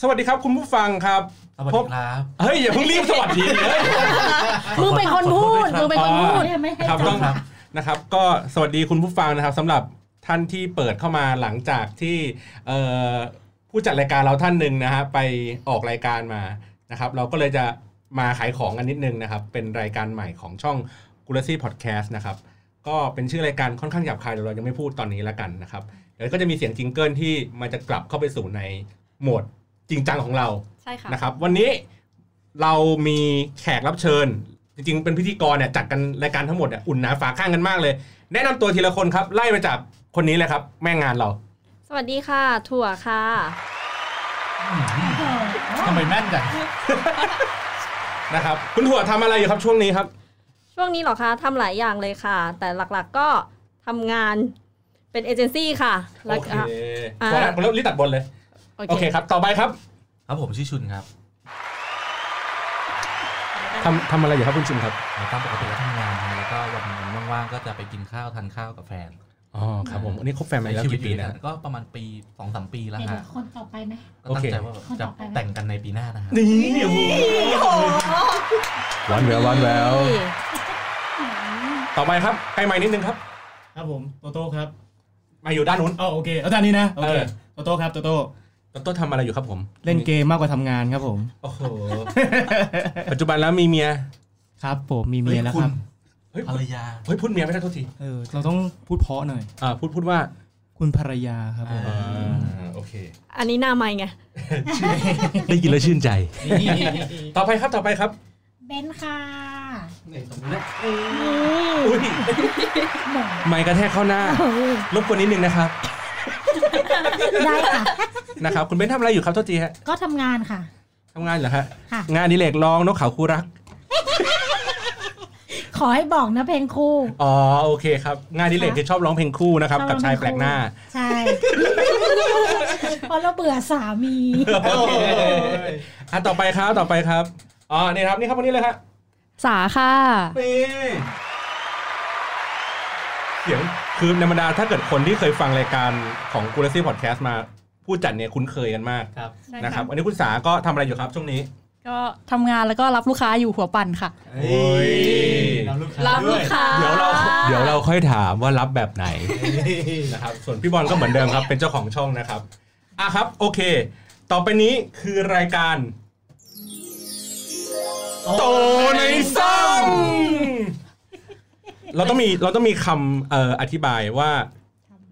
สวัสดีครับคุณผู้ฟังครับ สวัส พ ดี บ ครับ เฮ้ย อย่าเพิ่งรีบสวัสดีเลย มึงเป็นคนพูด มึงเป็นคนพูด เนี่ยไม่ให้ ครับ จั ต้ บ องนะครับก็สวัสดีคุณผู้ฟังนะครับสำหรับท่านที่เปิดเข้ามาหลังจากที่เอ่อผู้จัดรายการเราท่านหนึ่งนะฮะไปออกรายการมานะครับ เราก็เลยจะมาขายของกันนิดนึงนะครับ เป็นรายการใหม่ของช่องกุลซี่พอดแคสต์นะครับ ก็เป็นชื่อรายการค่อนข้างหยาบคายเดี๋ยวเรายังไม่พูดตอนนี้แล้วกันนะครับเดี๋ยวก็จะมีเสียงจิงเกิลที่มันจะกลับเข้าไปสู่ในโหมดจริงจังของเรา ใช่ค่ะ นะครับวันนี้เรามีแขกรับเชิญ จริงๆ เป็นพิธีกรเนี่ยจัดกันรายการทั้งหมดเนี่ยอุ่นหนาฝาข้างกันมากเลย แนะนำตัวทีละคนครับ ไล่มาจากคนนี้เลยครับ แม่งานเรา สวัสดีค่ะ ถั่วค่ะ ทำไมแม่นจัง นะครับ คุณถั่วทำอะไรอยู่ครับช่วงนี้ครับ ช่วงนี้เหรอคะทำหลายอย่างเลยค่ะ แต่หลักๆก็ทำงานเป็นเอเจนซี่ค่ะ โอ แล้ว เค ก็พออ่ะแล้วพอแล้วรีบตัดบนเลย โอเคครับ ต่อไปครับ ครับผมชื่อชุนครับ ทำทำอะไรอยู่ครับคุณชิมครับ ตามปกติก็ทำงานนะแล้วก็วันวันว่างๆก็จะไปกินข้าวทานข้าวกับแฟน อ๋อครับผมอันนี้คบแฟนมา ใช้ แล้ว ชีวิต กี่ อ ปี ยู่ด้วยนะกันก็ประมาณปีสองสามปีแล้ว เดี๋ยว ฮะ คนต่อไปไหม ก็ตั้งใจว่า โอเค จะแต่งกันในปีหน้านะฮะ นี่โอ้โหวันแวววันแวว นี่ ต่อไปครับให้ไม้นิดนึงครับ ครับผมโตโต้ครับ มาอยู่ด้านนู้น อ๋อโอเคเอาด้านนี้นะโอเค เออ โตโต้ครับโตโต้ ต้นต้นทำอะไรอยู่ครับผม เล่นเกมมากกว่าทำงานครับผม โอ้โห ปัจจุบันแล้วมีเมีย ครับผมมีเมียแล้วครับ เฮ้ย ภรรยา เฮ้ยพูดเมียไม่ได้โทษที เออเราต้องพูดเพราะหน่อย อ่าพูดพูดว่า คุณภรรยาครับผม อ่ โอเค อันนี้หน้าไม่ไง ได้ยินแล้วชื่นใจ นี่ ต่อไปครับต่อไปครับ เบนซ์ค่ะ อุ้ย หมง ไม่กระแทกเข้าหน้า รบกวนนิดนึงนะครับ ได้ค่ะ นะครับ คุณเบนทำอะไรอยู่ครับโทษทีฮะ ก็ทำงานค่ะ ทำงานเหรอฮะ ค่ะ งานอดิเลกร้องนกเขาคู่รัก ขอให้บอกนะเพลงคู่ อ๋อโอเคครับ งานอดิเลกคือชอบร้องเพลงคู่นะครับ กับชายแปลกหน้า ใช่เพราะเราเบื่อสามี โอเคอ่ะต่อไปครับต่อไปครับอ๋อนี่ครับนี่ครับวันนี้เลยครับ สาค่ะ เสียงคือในบรรดาถ้าเกิดคนที่เคยฟังรายการของกูเลซี่พอดแคสต์มาผู้จัดเนี่ยคุ้นเคยกันมาก ครับ นะครับวันนี้คุณสาก็ทำอะไรอยู่ครับช่วงนี้ ก็ทำงานแล้วก็รับลูกค้าอยู่หัวปั่นค่ะ โอ้ย รับลูกค้า รับลูกค้า เดี๋ยวเราเดี๋ยวเราค่อยถามว่ารับแบบไหน นะครับส่วนพี่บอลก็เหมือนเดิมครับ เป็นเจ้าของช่องนะครับอ่ะครับโอเค ต่อไปนี้คือรายการโตในซ่องเราต้องมีเราต้องมีคำเอ่ออธิบายว่า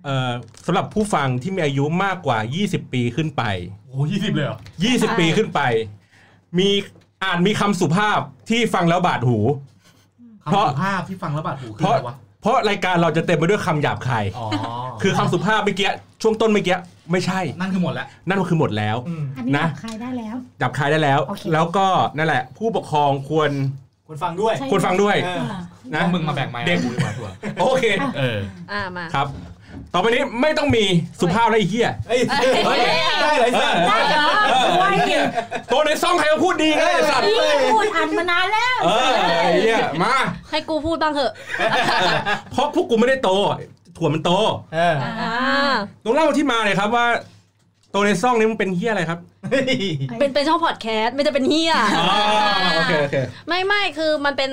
เอ่อสำหรับผู้ฟังที่มีอายุมากกว่า 20 ปีขึ้นไป โอ้ยี่สิบเลยเหรอ ยี่สิบ ใช่ ปีขึ้นไป มีอ่านมีคำสุภาพที่ฟังแล้วบาดหู คำสุภาพที่ฟังแล้วบาดหูคืออะไรวะ เพราะรายการเราจะเต็มไปด้วยคำหยาบคาย อ๋อ คือคำสุภาพเมื่อกี้ช่วงต้นเมื่อกี้ไม่ใช่ นั่นคือหมดแล้ว นั่นคือหมดแล้ว อืม อันนี้ นะ ขายได้แล้ว หยาบคายได้แล้ว โอเค แล้วก็นั่นแหละ ผู้ปกครองควร คนฟังด้วย ใช่ ควรฟังด้วย เออ นะ มึงมาแบ่งไม้ เด็ก กูดีกว่าถั่ว โอเค เออ อ่ามา ครับ ต่อไปนี้ไม่ต้องมีสุภาพและไอ้เหี้ย เอ้ยได้เลยสัตว์ ได้เหรอ ไอ้เหี้ยโตในซ่องใครก็พูดดีไงไอ้สัตว์ พี่พูดอันมานานแล้ว เออไอ้เหี้ยมา ให้กูพูดบ้างเถอะ เพราะพวกกูไม่ได้โต ถั่วมันโต อ่า ต้องเล่าที่มาเลยครับว่าโตในซ่องนี่มันเป็นเฮียอะไรครับ เป็นเป็นช่องพอดแคสต์ไม่จะเป็นเฮีย โอเคโอเค ไม่ไม่คือมันเป็น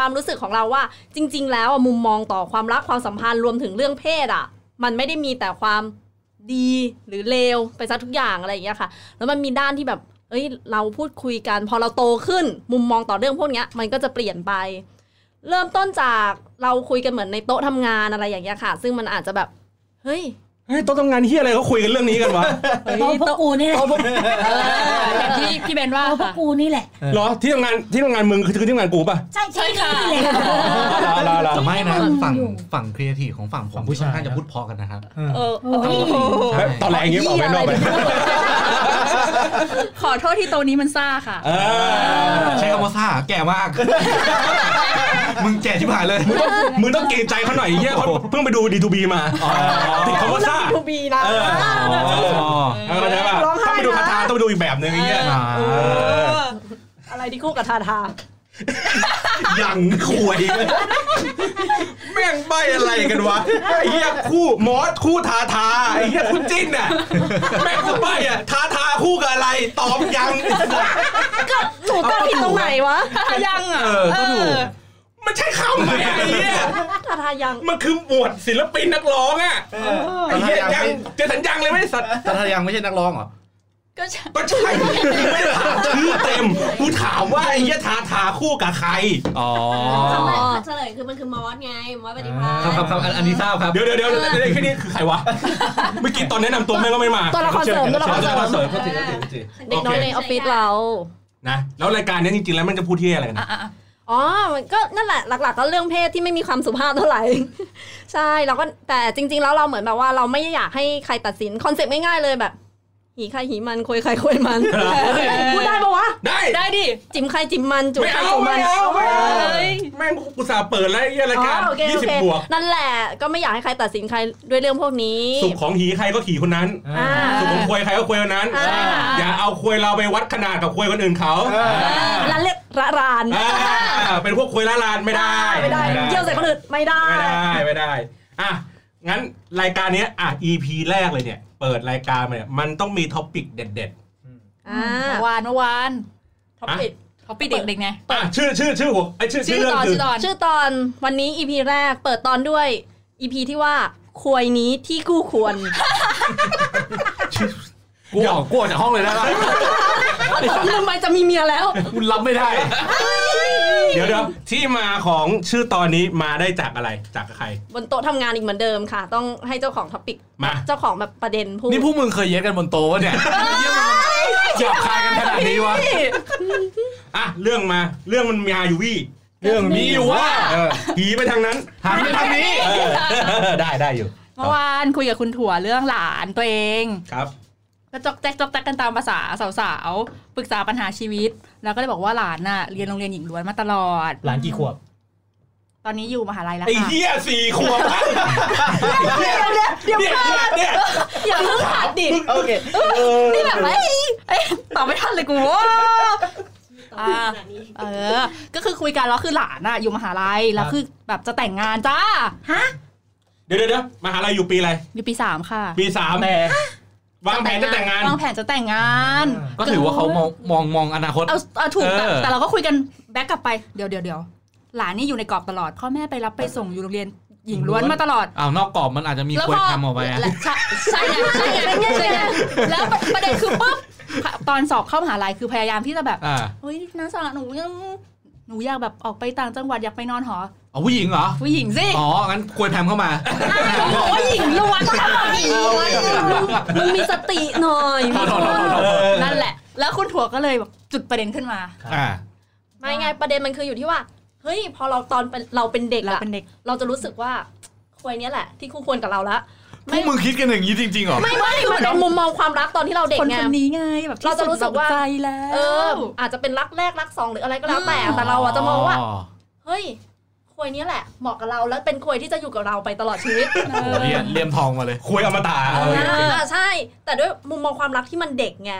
ความรู้สึกของเราว่า จริง ๆ แล้วอะมุมมองต่อความรักความสัมพันธ์รวมถึงเรื่องเพศอ่ะ มันไม่ได้มีแต่ความดีหรือเลวไปซะทุกอย่างอะไรอย่างเงี้ยค่ะ แล้วมันมีด้านที่แบบ เอ้ย เราพูดคุยกัน พอเราโตขึ้น มุมมองต่อเรื่องพวกเนี้ย มันก็จะเปลี่ยนไป เริ่มต้นจากเราคุยกันเหมือนในโต๊ะทำงานอะไรอย่างเงี้ยค่ะ ซึ่งมันอาจจะแบบเฮ้ย เฮ้ยโต๊ะทำงานเฮียอะไรเขาคุยกันเรื่องนี้กันวะ เฮ้ย โตพวก โต๊ะ กูนี่แหละ โต๊ะพวก อย่างที่พี่เบนว่า โตพวก ค่ะ กูนี่แหละ เหรอที่ทำงานที่ทำงานมึงคือที่ทำงานกูป่ะ ใช่ ใช่ ใช่ ค่ะ นี่แหละ ลาลาลา แต่ไม่นะ ที่มึ ฝั่ง อยู่ ฝั่งครีเอทีฟของฝั่งผม ฝั่งผู้ ผู้ชา ชาย ย น่าจะพูดเพอกันนะครับ เออ โอ้ย โอ้โห ตอนแรกอย่างเงี้ยออกไปนอกไป เหี้ยะร ขอโทษที่โตะนี้มันซ่าค่ะ เออ ใช้คำว่าซ่าแก่มาก มึงแก่ที่ผ่านเลย มึงต้องมึงต้องเกรงใจเขาหน่อยเฮียเขาเพิ่งไปดู D2B มาติดคำว่าซ่า ทูบีนะ เออ เออเข้าใจป่ะ ร้อง ต้อ ไห้ งไปดูคา นะ ถาต้องไปดูอีกแบบหนึ่งไอ้เงี้ย เออ เออ เอออะไรที่คู่กับทาทา ยังขวยเลย แม่งใบอะไรกันวะไอ้เหี้ยคู่มอสคู่ทาทาไอ้เหี้ยคู่จิ้น อ่ะแม่งก็ใบอ่ะทาทาคู่กับอะไรตอบยัง หนูก็ผิดตรงไหนวะ ยังอ่ะ เออก็ถูก มันใช่คำไหมไอ้เหี้ย ทาทายัง มันคือหมวดศิลปินนักร้องอ่ะไอ้เหี้ย ทาทายั ยังไม่งเจอสัญญังเลยไม่ได้สัตว์ แต่ถ้ายังไม่ใช่นักร้องเหรอ ก็ใช่ ก็ใช่ ไม่ได้ถามชื่อเต็มกูถามว่าไอ้เหี้ยทาทาคู่กับใคร อ๋อ ทำไม เฉลยคือมันคือมอสไง มอสปฏิภาณ ครับครับครับอันอันนี้ทราบครับ เดี๋ยวเดี๋ยวเดี๋ยวเดี๋ยวเดี๋ยวแค่นี้คือใครวะ เมื่อกี้ตอนแนะนำตัวแม่งก็ไม่มา ตัวละครเสริมตัวละครเสริม เสริมก็จริงก็จริงก็จริง เด็กน้อยในออฟฟิศเรา นะแล้วรายการเนี้ยจริงๆแล้วมันจะพูดที่อะไรกันนะ อ่ะ อ๋อ มันก็นั่นแหละหลัก ๆ ก็เรื่องเพศที่ไม่มีความสุภาพเท่าไหร่ ใช่เราก็แต่จริง ๆ แล้วเราเหมือนแบบว่าเราไม่อยากให้ใครตัดสินคอนเซ็ปต์ง่ายๆเลยแบบ หีใครหีมันคุยใครคุยมัน เออ พูดได้ปะวะ ได้ ได้ดิ จิมใครจิมมันจุก ไม่ ใคร เอา จุกมั ไม่ น เอาไม่เอา เอ้ย แม่งกูสาห์เปิดแล้วไอ้เหี้ยราย อ๋ กา อ ร โอเค ยี่ โอ สิบ เค บวก นั่นแหละก็ไม่อยากให้ใครตัดสินใครด้วยเรื่องพวกนี้ สุขของหีใครก็หีคนนั้น อ่า สุขของควยใครก็ควยคนนั้น อ่า อย่าเอาควยเราไปวัดขนาดกับควยคนอื่นเขา ละเล็ดระราน อ่าเป็นพวกควยละลานไม่ได้ ไม่ได้เยี่ยวใส่คนอื่นไม่ได้ ไม่ได้ไม่ได้อ่ะงั้นรายการเนี้ยอ่ะ EP แรกเลยเนี่ย เปิดรายการมาเนี่ยมันต้องมีท็อปิกเด็ด ๆ อ่า เมื่อวานเมื่อวานท็อปปิดท็อปปิดเด็กๆไง อ่ะชื่อชื่อชื่อหัวไอยชื่อชื่ ชื่ อ อ เรื่องตอน คือ ชื่อตอน ชื่อตอนวันนี้ EP แรกเปิดตอนด้วย EP ที่ว่าควรนี้ที่คู่ควร กูออกกูออกจากห้องเลยได้ปะ ลืมไปจะมีเมียแล้ว กูรับไม่ได้ เดี๋ยวเดี๋ยวที่มาของชื่อตอนนี้มาได้จากอะไรจากใคร บนโต๊ะทำงานอีกเหมือนเดิมค่ะ ต้องให้เจ้าของท็อปิก มา เจ้าของแบบประเด็นพูด นี่พวกมึงเคยเย็ดกันบนโต๊ะวะเนี่ยหยาบคายกันขนาดนี้วะ อ่ะเรื่องมาเรื่องมันมีอาอยู่วี่ เรื่องมีอยู่ว่า เออผีไปทางนั้น หันไปทางนี้ เออได้ได้อยู่ เมื่อวานคุยกับคุณถั่วเรื่องหลานตัวเอง ครับ ก็จอกแจ๊กจอกแจ๊กกันตามภาษาสาวๆ ปรึกษาปัญหาชีวิต แล้วก็เลยบอกว่าหลานน่ะเรียนโรงเรียนหญิงล้วนมาตลอด หลานกี่ขวบ ตอนนี้อยู่มหาลัยแล้ว ไอ้ ค่ะ เหี้ยสี่ขวบเดี๋ยวเดี๋ยวเดี๋ยวเนี่ย อย่าเพิ่งขาดดิ โอเค เออ นี่แบบไอ้ไอ้ตอบไม่ทัน เลยกูโอ้อ่าเออ ก็คือคุยกันแล้วคือหลานน่ะอยู่มหาลัยแล้วคือแบบจะแต่งงานจ้า เดี๋ยวเดี๋ยวเดี๋ยวมหาลัยอยู่ปีอะไร อยู่ปีสามค่ะ ปีสาม แต่ วางแผนจะแต่งงาน วางแผนจะแต่งงาน ก็ถือว่าเขามองมองมองอนาคต เอาเอาถูกแต่ เออ แต่เราก็คุยกันแบ็กกลับไปเดี๋ยวเดี๋ยวเดี๋ยวหลานนี่อยู่ในกรอบตลอดพ่อแม่ไปรับไปส่งอยู่โรงเรียนหญิงล้วนมาตลอด อ้าวนอกกรอบมันอาจจะมี แล้ว ควย พอ ทำออกไปอะ และใช่ใช่ไงใช่ไงใช่ไงแล้วประเด็นคือปุ๊บตอนสอบเข้ามหาลัยคือพยายามที่จะแบบ อ่า เฮ้ยนักศึกษาหนูยังหนูอยากแบบออกไปต่างจังหวัดอยากไปนอนหอ เอาผู้หญิงเหรอ ผู้หญิงสิ อ๋อ งั้นควยแพมเข้ามา หนูบอกว่าหญิงล้วน มึงมีสติหน่อย ขอโทษขอโทษ เออ นั่นแหละ แล้วคุณถั่วก็เลยแบบจุดประเด็นขึ้นมา อ่า ไม่ไงประเด็นมันคืออยู่ที่ว่าเฮ้ยพอเราตอนเป็นเราเป็นเด็ก เรา อะ เป็นเด็ก เราจะรู้สึกว่าควรเนี้ยแหละ ที่คู่ควรกับเราละ พวกมึงคิดกันอย่างนี้จริงๆเหรอ ไม่ไม่มันเป็นมุมมองความรักตอนที่เราเด็ก คน ไง คนนี้ไงแบบที่ เราจะรู้สึกว่า ดดอกใจแล้ว เออ อาจจะเป็นรักแรกรักสองหรืออะไรก็แล้วแต่แต่เราอะจะมองว่า เฮ้ยควยเนี้ยแหละเหมาะกับเราแล้วเป็นควยที่จะอยู่กับเราไปตลอดชีวิต โอ้โหเลี่ยมเลี่ยมทองมาเลย คุยอมตะ เออ เออ อ่าใช่ แต่ด้วยมุมมองความรักที่มันเด็กไง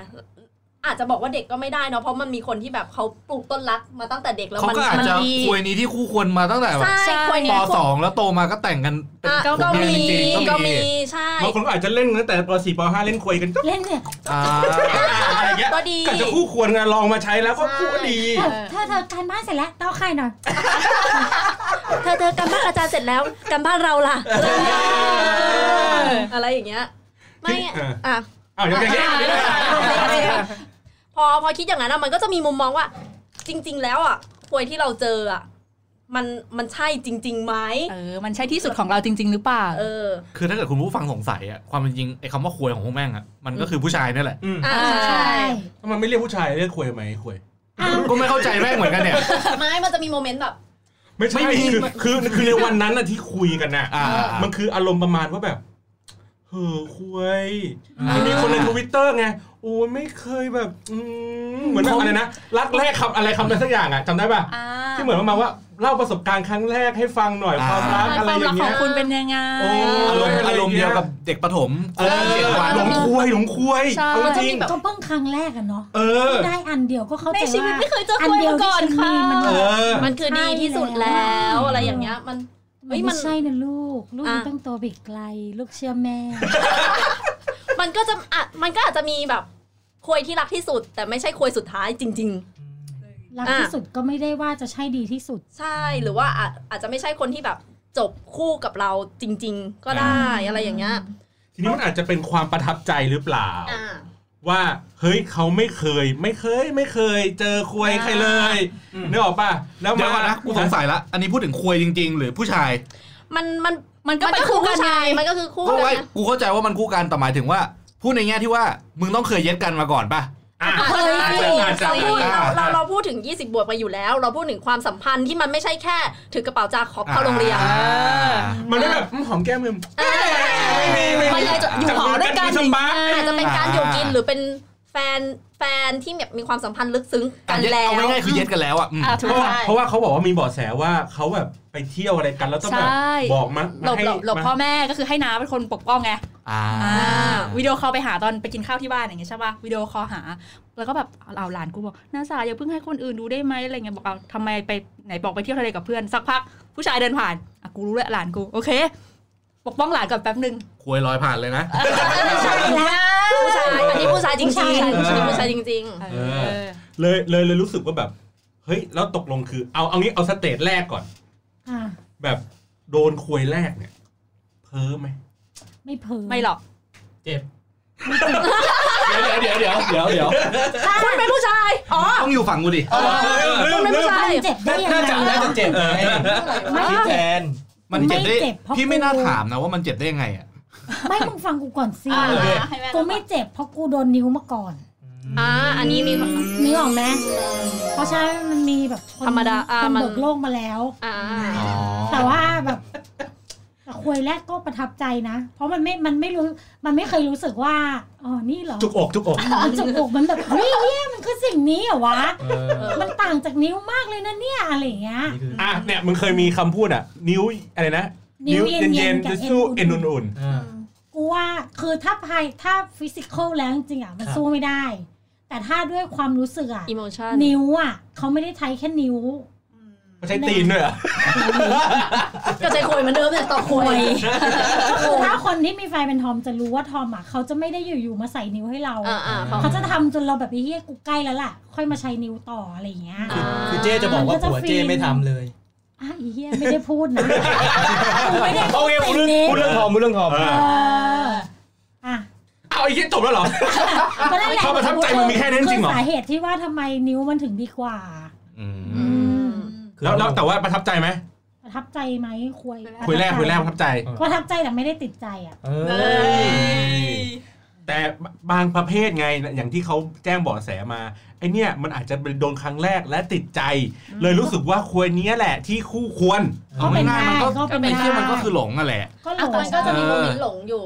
อาจจะบอกว่าเด็กก็ไม่ได้เนาะเพราะมันมีคนที่แบบเขาปลูกต้นรักมาตั้งแต่เด็กแล้ว เขา มัน ก็อาจ มัน จะ ดี ควยนี้ที่คู่ควรมาตั้งแต่แบบ ใช่ ใช่ ควย ป เนี้ย สองแล้วโตมาก็แต่งกันเป็น อ่ะ ผัว ก็ เมีย มี จริงๆ ก็ ก็มี มีใช่ บางคนก็อาจจะเล่นตั้งแต่ปสี่ปห้าเล่นคุยกันก็ เล่นเนี่ย อ่า อะไรอย่างเงี้ย ก็ดี ก็จะคู่ควรกันลองมาใช้แล้วก็คู่ก็ดี เออเธอเธอการบ้านเสร็จแล้วเต้าไข่หน่อย เธอเธอการบ้านอาจารย์เสร็จแล้วการบ้านเราล่ะอะไรอย่างเงี้ยไม่ เออ อ่ะ อ้าวยังไงเนี่ย พอพอคิดอย่างนั้นอะมันก็จะมีมุมมองว่า จริง ๆ แล้วอ่ะควยที่เราเจออ่ะมันมันใช่จริงๆไหม เออ มันใช่ที่สุดของเราจริง ๆ หรือเปล่า เออ คือถ้าเกิดคุณผู้ฟังสงสัยอะความเป็นจริงไอ้คำว่าควยของพวกแม่งอะมันก็คือผู้ชายนี่แหละ อืม อ่า ใช่ ใช่ ทำไมไม่เรียกผู้ชายเรียกคุยไหมคุย ก็ไม่เข้าใจแม่งเหมือนกันเนี่ย ไม่มันจะมีโมเมนต์แบบ ไม่ใช่ ไม่มี คือคือคือในวันนั้นน่ะที่คุยกันน่ะ อ่า มันคืออารมณ์ประมาณว่าแบบเฮ้อคุย อ่า มันมีคนในทวิตเตอร์ไง โอ อ้ยไม่เคยแบบอืมเหมือนแบบอะไรนะรักแรกคำอะไรคำอะไรสักอย่างอ่ะจำได้ป่ะ อ่า ที่เหมือนประมาณว่าเล่าประสบการณ์ครั้งแรกให้ฟังหน่อยความรัก ใช่ อะไร ความ อย่า รัก ง ข เงี้ อง ย คุณเป็นยังไง โอ้ อารมณ์ อะไรออารย่างเงี้ยมณ์เดียวกับเด็กประถม เออ เด็กกว่า หลงคุยหลงคุย ใช่ เอาจริง แบบ ก็เพิ่งครั้งแรกอะเนาะ เออ ได้อันเดียวก็เข้าใจ ในชีวิต ว่า ไม่เคยเจอ อั คน น เดียว มาก่อน ที่ ค่ะ ฉันมีมัน เออ มันคือดีที่สุดแล้ว ใช่แล้ว อะไรอย่างเงี้ยมัน เฮ้ยมั มัน นไม่ใช่นะลูก ลูก อ่ะ มันต้องโตไปอีกไกล ลูกเชื่อแม่ มันก็จะอะมันก็อาจจะมีแบบควยที่รักที่สุด แต่ไม่ใช่ควยสุดท้ายจริง รักที่สุดก็ไม่ได้ว่าจะใช่ดีที่สุด ๆ ใช่หรือว่าอาจอาจจะไม่ใช่คนที่แบบจบคู่กับเราจริง ๆ ก็ได้อะไรอย่างเงี้ย ทีนี้มันอาจจะเป็นความประทับใจหรือเปล่า อ่า ว่าเฮ้ยเขาไม่เคย ไม่เคย ไม่เคย เจอคุยใครเลยนึกออกป่ะแล้ว เดี๋ย มาว ก่อนนะกูสงสัยละอันนี้พูดถึงคุยจริง ๆ หรือผู้ชาย มันมัน มันก็เป็นคู่กัน ผู้ชาย ไง มันก็คือคู่ เพราะ กั ว่าน นะ กูเข้าใจว่ามันคู่กันแต่หมายถึงว่าพูดในแง่ที่ว่ามึงต้องเคยเย็ดกันมาก่อนป่ะ อ่ะ อ่ะ เคย ใช่ เคยเคยเราพูดเราเราเราพูดถึง 20 บวกไปอยู่แล้ว เราพูดถึงความสัมพันธ์ที่มันไม่ใช่แค่ถือกระเป๋าจาขอบเข้าโรงเรียน อ่า มันไม่แบบอืมหอมแก้มมึง เออ ไม่มีไม่ มัน มี เลยจะอยู่หอด้วยกัน จับมือสปาร์ค อาจจะเป็นการอยู่กิน อ่า หรือเป็นแฟนแฟนที่แบบมีความสัมพันธ์ลึกซึ้งกัน เอา แล้ว เอาง่ายๆคือเย็ดกันแล้วอ่ะอืม อ่าถู เพ ก ราะว่า ใช่ เพราะว่าเขาบอกว่ามีเบาะแสว่าเขาแบบไปเที่ยวอะไรกันแล้วต้องแบบ ใช่ บอกมา หล มา บ ให้ หลบหลบ มา พ่อแม่ก็คือให้น้าเป็นคนปกป้องไง อ่า อ่าวิดีโอคอลไปหาตอนไปกินข้าวที่บ้านอย่างเงี้ยใช่ป่ะวิดีโอคอลหา แล้วก็แบบเอาหลานกูบอกน้าสาวอย่าเพิ่งให้คนอื่นดูได้ไหมอะไรเงี้ยบอกเอาทำไมไปไหนบอกไปเที่ยวทะเลกับเพื่อนสักพักผู้ชายเดินผ่านอ่ะกูรู้แล้วหลานกูโอเค ปกป้องหลานก่อนแป๊บนึง คุยลอยผ่านเลยนะ ใช่แล้ว ผู้ชายอันนี้ผู้ชายจริงๆ ผู้ชาอันยนี้ผู้ชายจริง เออ เลยเลยเลยรู้สึกว่าแบบ เฮ้ยแล้วตกลงคือ เอาเอางี้เอาสเตจแรกก่อน อ่ะ แบบโดนควยแรกเนี่ย เพ้อไหม ไม่เพ้อ ไม่หรอก เจ็บ เดี๋ยวเดี๋ยวเดี๋ยวเดี๋ยว คุณเป็นผู้ชาย อ๋อ ต้องอยู่ฝั่งกูดิ มัน ไม่ ไม่ ใช่ ใช่เจ็บได้ยัง น่า ไง จะน่าจะเจ็บไง ไม่ พี่แทน มันเจ็บได้ ไม่เจ็บเพราะ พี่ไม่น่าถามนะว่ามันเจ็บได้ยังไงอ่ะ ไม่มึงฟังกูก่อนสิ อ่า โเค ให้แม่ กูไม่เจ็บเพราะกูโดนนิ้วมาก่อน อ่า อันนี้มี นึกออกไหมเพราะฉะนั้นมันมีแบบคน ธรรมดาอ่ะ คน มัน เบิกโลกมาแล้ว อ่า อ๋อ แต่ว่าแบบแต่คุยแรกก็ประทับใจนะ เพราะมันไม่ มันไม่รู้ มันไม่เคยรู้สึกว่า อ๋อ นี่เหรอ จุกอกจุกอก มันจุกอกมันแบบเฮ้ยเนี่ยมันคือสิ่งนี้เหรอวะ เออ มันต่างจากนิ้วมากเลยนะเนี่ยอะไรอย่างเงี้ย อ่ะเนี่ยมึงเคยมีคำพูดอ่ะ นิ้วอะไรนะ นิ้วเย็นๆกับ จะสู้ เอ็ เอ็น นอุ่น อุ่น กูว่าคือถ้าภายถ้าฟิสิกอลแล้วจริงๆอ่ะมันสู้ไม่ได้ แต่ถ้าด้วยความรู้สึกอ่ะ อิโมชัน นิ้วอ่ะเขาไม่ได้ใช้แค่นิ้ว ๆไม่ใช่ตีนด้วยเหรอ ก็ใจโคยเหมือนเดิมเนี่ยต่อโคย ก็คือถ้าคนที่มีแฟนเป็นทอมจะรู้ว่าทอมอ่ะเขาจะไม่ได้อยู่ๆมาใส่นิ้วให้เรา อ่าอ่า เขาจะทำจนเราแบบไอ้เฮียกูใกล้แล้วล่ะ ค่อยมาใช้นิ้วต่ออะไรอย่างเงี้ย คือเจ๊จะบอกว่าผัวเจ๊ไม่ทำเลย อ่ะไอ้เฮียไม่ได้พู ดนะ กูไม่ได้ โอเคพูดเรื่องพูด เรื่ เรื่ อทอองงทอ ม ม เรื่องทอม เออ เอออ่ะ เอาไอ้เหี้ยจบแล้วเหรอ ก็นั่นแหละ ความประทับใจมันมีแค่นั้นจริงเหรอ คืสาเหตุที่ว่าทำไมนิ้วมันถึงดีกว่า อืม แล้วแล้วแต่ว่าประทับใจไหม ประทับใจไหมคุย คุยแรกคุยแรกประทับใจ ประทับใจแต่ไม่ได้ติดใจอ่ะ เออ แต่บางประเภทไงอย่างที่เขาแจ้งเบาะแสมาไอเนี่ยมันอาจจะเป็นโดนครั้งแรกและติดใจ เลยรู้สึกว่าควรเนี้ยแหละที่คู่ควร ก็เป็น ง่าย ได้ ๆมันก็ ก็เป็น ไอ้ ได้ เชี่ยมันก็คือหลงอ่ะแหละ ก็หล อ่ะ ง แต่มันก็จะมีโมเมนต์หลงอยู่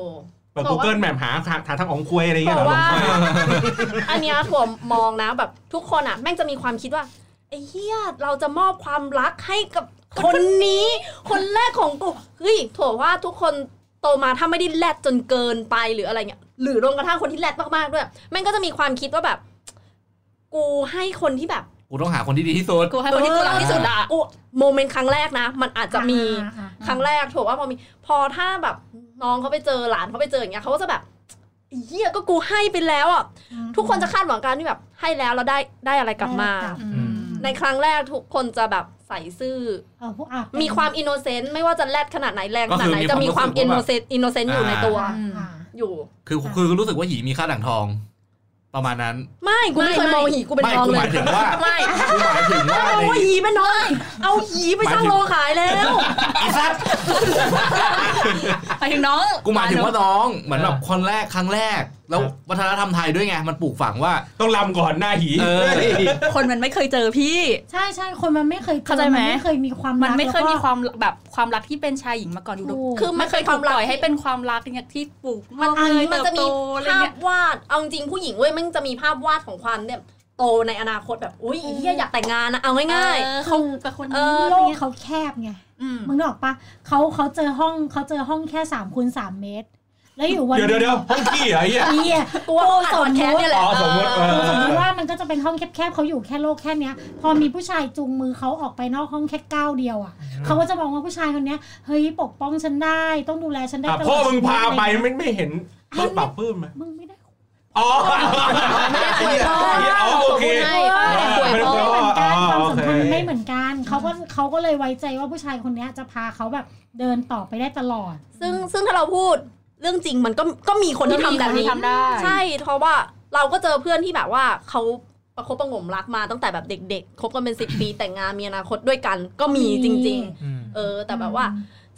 เปิด บอกว่า Google แมปหาทางหาทางของควยอะไรอย่าง บ เงี้ย อก เหรอ ว่า อันเนี้ยถั่วมองนะแบบทุกคนอ่ะ แม่งจะมีความคิดว่าไอ้เฮียเราจะมอบความรักให้กับคนนี้ คนแรกของกูเฮ้ยถั่วว่าทุกคนโตมาถ้าไม่ได้แลดจนเกินไปหรืออะไรเงี้ยหรือรวมกระทั่งคนที่แลดมากๆด้วยแม่งก็จะมีความคิดว่าแบบ กูให้คนที่แบบ กูต้องหาคนที่ดีที่สุด กูให้คนที่กูรักที่สุดอะ กูโมเมนต์ครั้งแรกนะ มันอาจจะมี อ่าอ่า ครั้งแรกถูกว่าพอมีพอถ้าแบบน้องเขาไปเจอหลานเขาไปเจออย่างเงี้ยเขาก็จะแบบไอ้เฮียก็กูให้ไปแล้วอ่ะ อืม ทุกคนจะคาดหวังการที่แบบ ให้แล้วเราได้ได้อะไรกลับมา ได้กลับ อืม ในครั้งแรกทุกคนจะแบบใส่ซื่อ เออพวกอ่ะ มีความอินโนเซนต์ไม่ว่าจะแรดขนาดไหนแรงขนาดไหน ก็คือ จะมีความ มี อิน ค โน วามรู้ เซ สึ น ก ต์ ว่า อินโนเซนต์อยู่ในตัว อ่ะอ่ะ อยู่ คือคือรู้สึกว่าหยีมีค่าดั่งทอง ประมาณนั้น ไม่กูไม่เคยมองหีกูเป็น ไม่ น้อง กู เล หมาย ย ถึงว่า ไม่ กูหมายถึงว่า เอา ใน ว่าหีเป็นน้องเอาหีไปสร้างโลขายแล้ว ไอ้สัส ไปถึงน้อง กูหมายถึงว่าน้องเหมือนแบบคนแรกครั้งแรก แล้ว ครับ วัฒนธรรมไทยด้วยไง มันปลูกฝังว่า ต้องลำก่อนหน้าหี เออ คนมันไม่เคยเจอพี่ ใช่ใช่คนมันไม่เคยอ เข้าใจไหม นไม่เคยมีความรัก มันไม่เคย แล้วก็ มีความแบบความรักที่เป็นชายหญิงมาก่อนอยู่ ถูก คือไม่เคยถูกปล่อยให้เป็นความรักเนี่ยที่ปลูก มัน งอกเงย มันจะ เติบโต มี อะไร ภา เงี้ พ ยว าด เอาจริงๆผู้หญิงเว้ยมันจะมีภาพวาดของความเนี่ยโตในอนาคตแบบ อุ้ยอีเหี้ยอยากแต่งงานนะเอาง่าย เออเขาเป็นคน เออ โลกเขาแคบไง อืม มึงนึกออกปะเขาเขาเจอห้องเขาเจอห้องแค่สามคูณสามเมตร แล้วอยู่วัน เดี๋ยวเดี๋ยวเดี๋ยวห้องขี้เหรอไอ้เหี้ย เหี้ย ๆกูว่าเขาอัดพอดแคสต์เนี่ยแหละ อ๋อสมมติเออ กูสมมติว่ามันก็จะเป็นห้องแคบๆเขาอยู่แค่โลกแค่เนี้ย พอมีผู้ชายจูงมือเขาออกไปนอกห้องแค่ก้าวเดียวอ่ะเขาก็จะมองว่าผู้ชายคนเนี้ยเฮ้ยปกป้องฉันได้ต้องดูแลฉันได้ อ่ะ ตลด พ่อมึงพาไป ชีวิต ไม่ไม่เห็นมันปรับปรื้มไหม มึงไม่ได้ อ๋อ ไม่ได้อวยพ่อ อ๋อโอเค ไม่ได้อวย ไม่ น เห พ่อ พ่อ มือนกันความอ๋อโอสัมพันธ์เค มันไม่เหมือนกันเขาก็เขาก็เลยไว้ใจว่าผู้ชายคนเนี้ยจะพาเขาแบบเดินต่อไปได้ตลอด ซึ่งซึ่งถ้าเราพูดเรื่องจริงมันก็ก็มีคนที่ทำแบบนี้ ก็มีคนที่ทำได้ ใช่เพราะว่าเราก็เจอเพื่อนที่แบบว่าเขาประคบประหงมรักมาตั้งแต่แบบเด็กๆคบกันเป็นสิบปีแต่งงานมีอนาคตด้วยกัน ก็มี มี จริง ๆ เออ แต่แบบว่า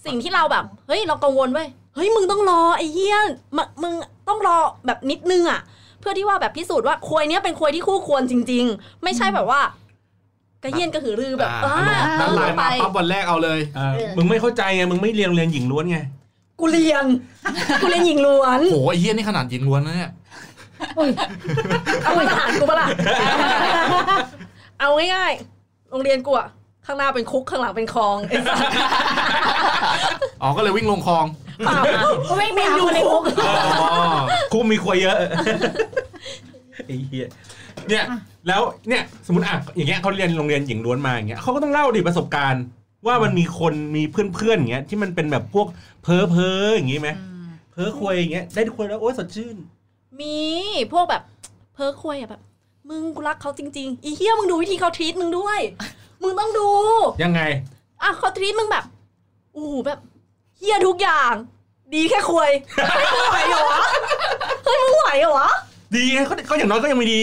สิ่งที่เราแบบเฮ้ยเรากังวลเว้ยเฮ้ยมึงต้องรอไอ้เหี้ยมะมึงต้องรอแบบนิดนึงอ่ะ เพื่อที่ว่าแบบพิสูจน์ว่าควยเนี้ยเป็นควยที่คู่ควรจริง ๆ ไม่ใช่แบบว่ากระเยียนกระหือรือแบบ อ่า อ่า นั้ ต้อนง หลาย ไป มาปั๊บวันแรกเอาเลย เออมึงไม่เข้าใจไงมึงไม่เรียนเรียนหญิงล้วนไง กูเรียนกูเรียนหญิงล้วน โหไอ้เฮียนี่ขนาดหญิงล้วนนะเนี่ย อุ้ย เอามาทหารกูปะ ล่ะ เอาง่ายๆ โรงเรียนกูอะข้างหน้าเป็นคุกข้างหลังเป็นคลองไอ้สัส อ๋อ ก็เลยวิ่งลงคลอง เปล่า ก็ไม่ไปหาคนในคุก อ๋อ คุมมีควยเยอะ ไอ้เหี้ยเนี่ย อ่ะ แล้วเนี่ยสมมติอ่ะอย่างเงี้ยเขาเรียนโรงเรียนหญิงล้วนมาอย่างเงี้ยเขาก็ต้องเล่าดิประสบการณ์ ว่ามันมีคนมีเพื่อนๆอย่างเงี้ยที่มันเป็นแบบพวกเพ้อเพ้ออย่างงี้ไหมเพ้อควยอย่างเงี้ยได้ควยแล้วโอ้ยสดชื่น มีพวกแบบ เพ้อควยอะแบบ มึงกูรักเขาจริง ๆ อีเหี้ยมึงดูวิธีเขาทรีตมึงด้วย มึงต้องดู ยังไง อ่ะเขาทรีตมึงแบบอู้หูแบบเหี้ยทุกอย่าง ดีแค่ควยเฮ้ยมึงไหวเหรอวะ เฮ้ยมึงไหวเหรอวะ ดีไงเขาเขาอย่างน้อยก็ยังมีดี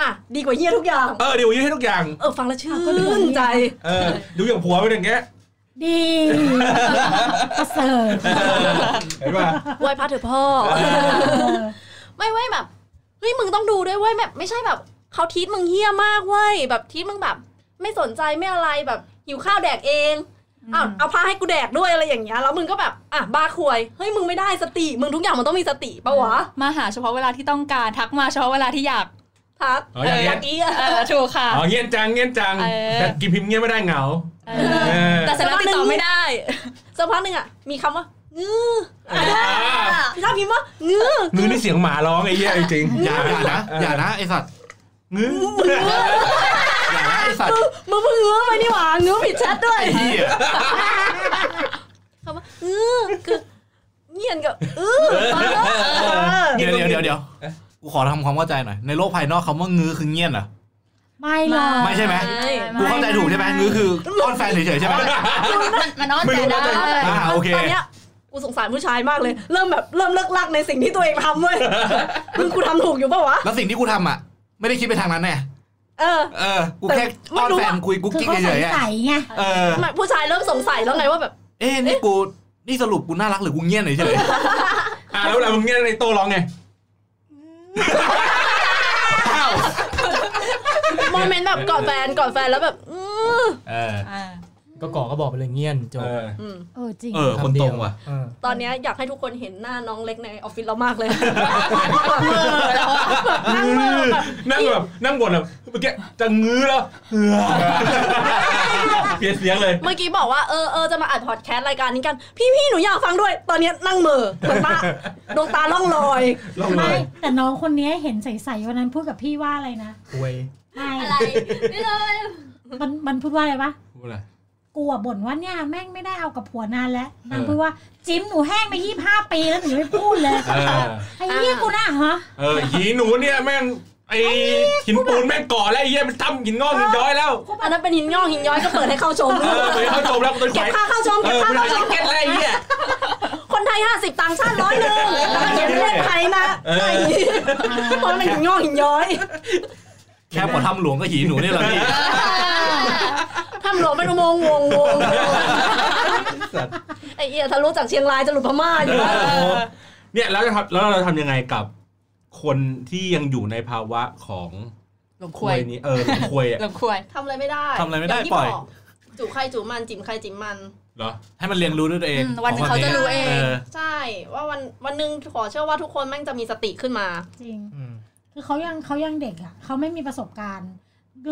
อ่ะดีกว่าเหี้ยทุกอย่าง เออเดี๋ยวยืดให้ทุกอย่าง เออฟังแล้วชื่ อ่ะก็ดีกว่าเหี้ น ย ใจ เออ ดูอย่างผัวเป็นอย่างเงี้ย ดีประเสริฐ เห็นป่ะ ไหว้พระเถอะพ่อ ไม่เว้ยแบบเฮ้ยมึงต้องดูด้วยเว้ยแบบไม่ใช่แบบเขาทีทมึงเฮี้ยมากเว้ยแบบทีทมึงแบบ ไม่สนใจไม่อะไรแบบหิวข้าวแดกเองอ้าวเอาพาให้กูแดกด้วยอะไรอย่างเงี้ยแล้วมึงก็แบบอ่ะบ้าควยเฮ้ยมึงไม่ได้สติ มึงทุกอย่างมันต้องมีสติปะวะ มาหาเฉพาะเวลาที่ต้องการทักมาเฉพาะเวลาที่อยาก ทัก อ๋ออย่างเงี้ย เอี้ย เออถูกค่ะ อ๋อเงี้ยจังเงี้ยจัง เออ แต่กินพิมพ์เงี้ยไม่ได้เหงา เออ เออ แต่เสร็จแล้วติดต่อไม่ได้ สักพักหนึ่งอ่ะมีคำว่างื้อ อ่า พี่ชอบพิมพ์ว่างื้อ มือนี่เสียงหมาร้องไอ้เหี้ยจริง ๆ อย่าอย่านะ อย่านะไอสัตว์ งื้อ อย่านะไอสัตว์ มึงเพิ่งงื้อไปนี่หว่างื้อผิดแชทด้วย ไอเฮีย คำว่างื้อคือเงียนกับอื้อตอนนั้น เดี๋ยวเดี๋ยวเดี๋ยวเดี๋ยวกูขอทำความเข้าใจหน่อย ในโลกภายนอกคำว่างื้อคือเงี้ยนเหรอ ไม่หรอก ไม่ใช่ไหม ไม่ กูเข้าใจถูกใช่ไหมงื้อคืออ้อนแฟนเฉยๆใช่ไหม มันอ้อนแต่ได้ อ่าโอเค ตอนเนี้ยกูสงสารผู้ชายมากเลย เริ่มแบบเริ่มเลิกลักในสิ่งที่ตัวเองทำ เว้ยมึงกูทำถูกอยู่ปะวะ แล้วสิ่งที่กูทำอ่ะ ไม่ได้คิดไปทางนั้นแน่ เออ เออ กูแค่อ้อนแฟนคุยกุ๊ก คือ กิ๊ก เขาส เฉ ง ยๆอ่ะ สัยไง เออ ไม่ผู้ชายเริ่มสงสัยแล้วไงว่าแบบ เอ๊ะนี่กูนี่สรุปกูน่ารักหรือกูเงี้ยนเฉย อ่าแล้วเวลามึงเงี้ยในโตร้องไง โมเมนต์แบบกอดแฟนกอดแฟนแล้วแบบ อืม เออ อ่า ก็ก่อก็บอกไปเลยเงียนจบ เออ อืม เออจริง ๆเออ คนตรงว่ะ เออ ตอนเนี้ยอยากให้ทุกคนเห็นหน้าน้องเล็กในออฟฟิศเรามาก เลย เออแล้วอะ นั่งแบบนั่งแบบนั่งบ่นแบบเมื่อกี้จะงื้อแล้ว เปลี่ยนเสียงเลย เมื่อกี้บอกว่าเออเออจะมาอัดพอดแคสต์รายการนี้กัน พี่พี่หนูอยากฟังด้วย ตอนเนี้ยนั่งเหม่อเหมือนป้าดวงตาล่องลอย ลองเล ไม่ ย แต่น้องคนนี้เห็นใสๆวันนั้นพูดกับพี่ว่าอะไรนะ ป่วย ไม่ อะไรนี่เลย มันมันพูดว่าอะไรวะกูอะบ่นว่าเนี่ยแม่งไม่ได้เอากับผัวนานแล้วนาง เออ พูดว่าจิ้มหนูแห้งไปยี่ห้าปีแล้วหนูยังไม่พูดเลย เออ ไอ้เหี้ยกูน่ะฮะ เออหีหนูเนี่ยแม่งไอหินปูนแม่งก่อแล้วไอ้เหี้ยมันตั้มหินงอกหินย้อยแล้ว อันนั้นเป็นหินย่องหินย้อยก็เปิดให้เข้าชม เออไปเข้าจมแล้วตัว เก็บค่าเข้าชม เอ เก็บ อไม่ได้ค่าเข้าชม เก็ตแล้วไอ้เหี้ย คนไทย 50ต่างชาติร้อยหนึ่งแล้วก็เขียนประเทศไทยมา เออ ไอ้เหี้ยเพราะมันเป็นหินย่องหินย้อย แค่พอทำหลวงก็หีหนูนี่แหละพี่ ทำหลวงเป็นอุโมงค์วงวงไอเอียทะลุจากเชียงรายจะหลุดพม่าอยู่ เอ แล้ว อเนี่ยแล้วจะทำแล้วเราจะทำยังไงกับ คนที่ยังอยู่ในภาวะของ หลงควย นี้เออหลงควยอะ หลงควย ทำอะไรไม่ได้ ทำอะไรไม่ได้ ย่างที่ ปล่อย บกจูบใครจูบมันจิ๋มใครจิ๋มมัน เหรอ ให้มันเรียนรู้ด้วยตัวเอง อืมวันหนึ่งเขาจะรู้เอง ใช่ ว่าวันวันหนึ่งขอเชื่อว่าทุกคนแม่งจะมีสติขึ้นมา จริง อืม คือเขายังเขายังเด็กอ่ะเขาไม่มีประสบการณ์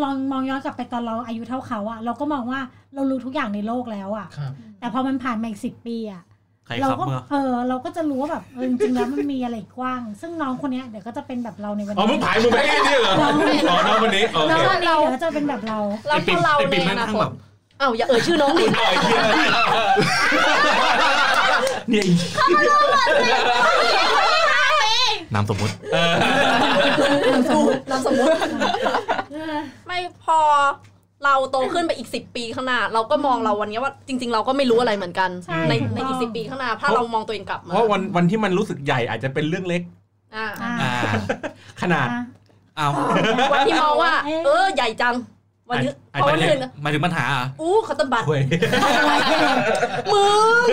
ลองมองย้อนกลับไปตอนเราอายุเท่าเขาอ่ะ เราก็มองว่าเรารู้ทุกอย่างในโลกแล้วอ่ะ ครับ แต่พอมันผ่านมาอีกสิบปีอ่ะ ใคร เรา ครับ ก็ เมื่อ เออเราก็จะรู้ว่าแบบเออจริงๆแล้วมันมีอะไรอีกกว้าง ซึ่งน้องคนเนี้ยเดี๋ยวก็จะเป็นแบบเราในวัน อ๋อมึง นี้ ผายมึงไปไอ้นี่เหรออ๋อน้องคนนี้โอ น้อ เค งคนนี้เดี๋ยวก็จะเป็นแบบเรา แล้วพอเรา ไอ ใน ปิ่ม อ แม่ง นา ทั้ง ค แบ ต บ เอ้าวอย่าเอ่ยชื่อน้องดิ หน่อยเทียเนี่ยอี นามสมมุติ นามสมมติ ไม่พอเราโตขึ้นไปอีก 10 ปีข้างหน้า เราก็มองเราวันเนี้ยว่าจริง ๆ เราก็ไม่รู้อะไรเหมือนกัน ใช่ ใน ถู ใน ต้ อีก ง สิปีข้างหน้า ถ้าเรามองตัวเองกลับมา เพราะวันวันที่มันรู้สึกใหญ่อาจจะเป็นเรื่องเล็ก อ่า อ่า อ่า ขนาด อ่ะ เอา วันที่มองว่า เอ๊ะ เออใหญ่จัง วันนี้ อาจ พอ จะ วันอื่น หมายถึงปัญหาเหรอ อู้ขัตบัตร ควย มึง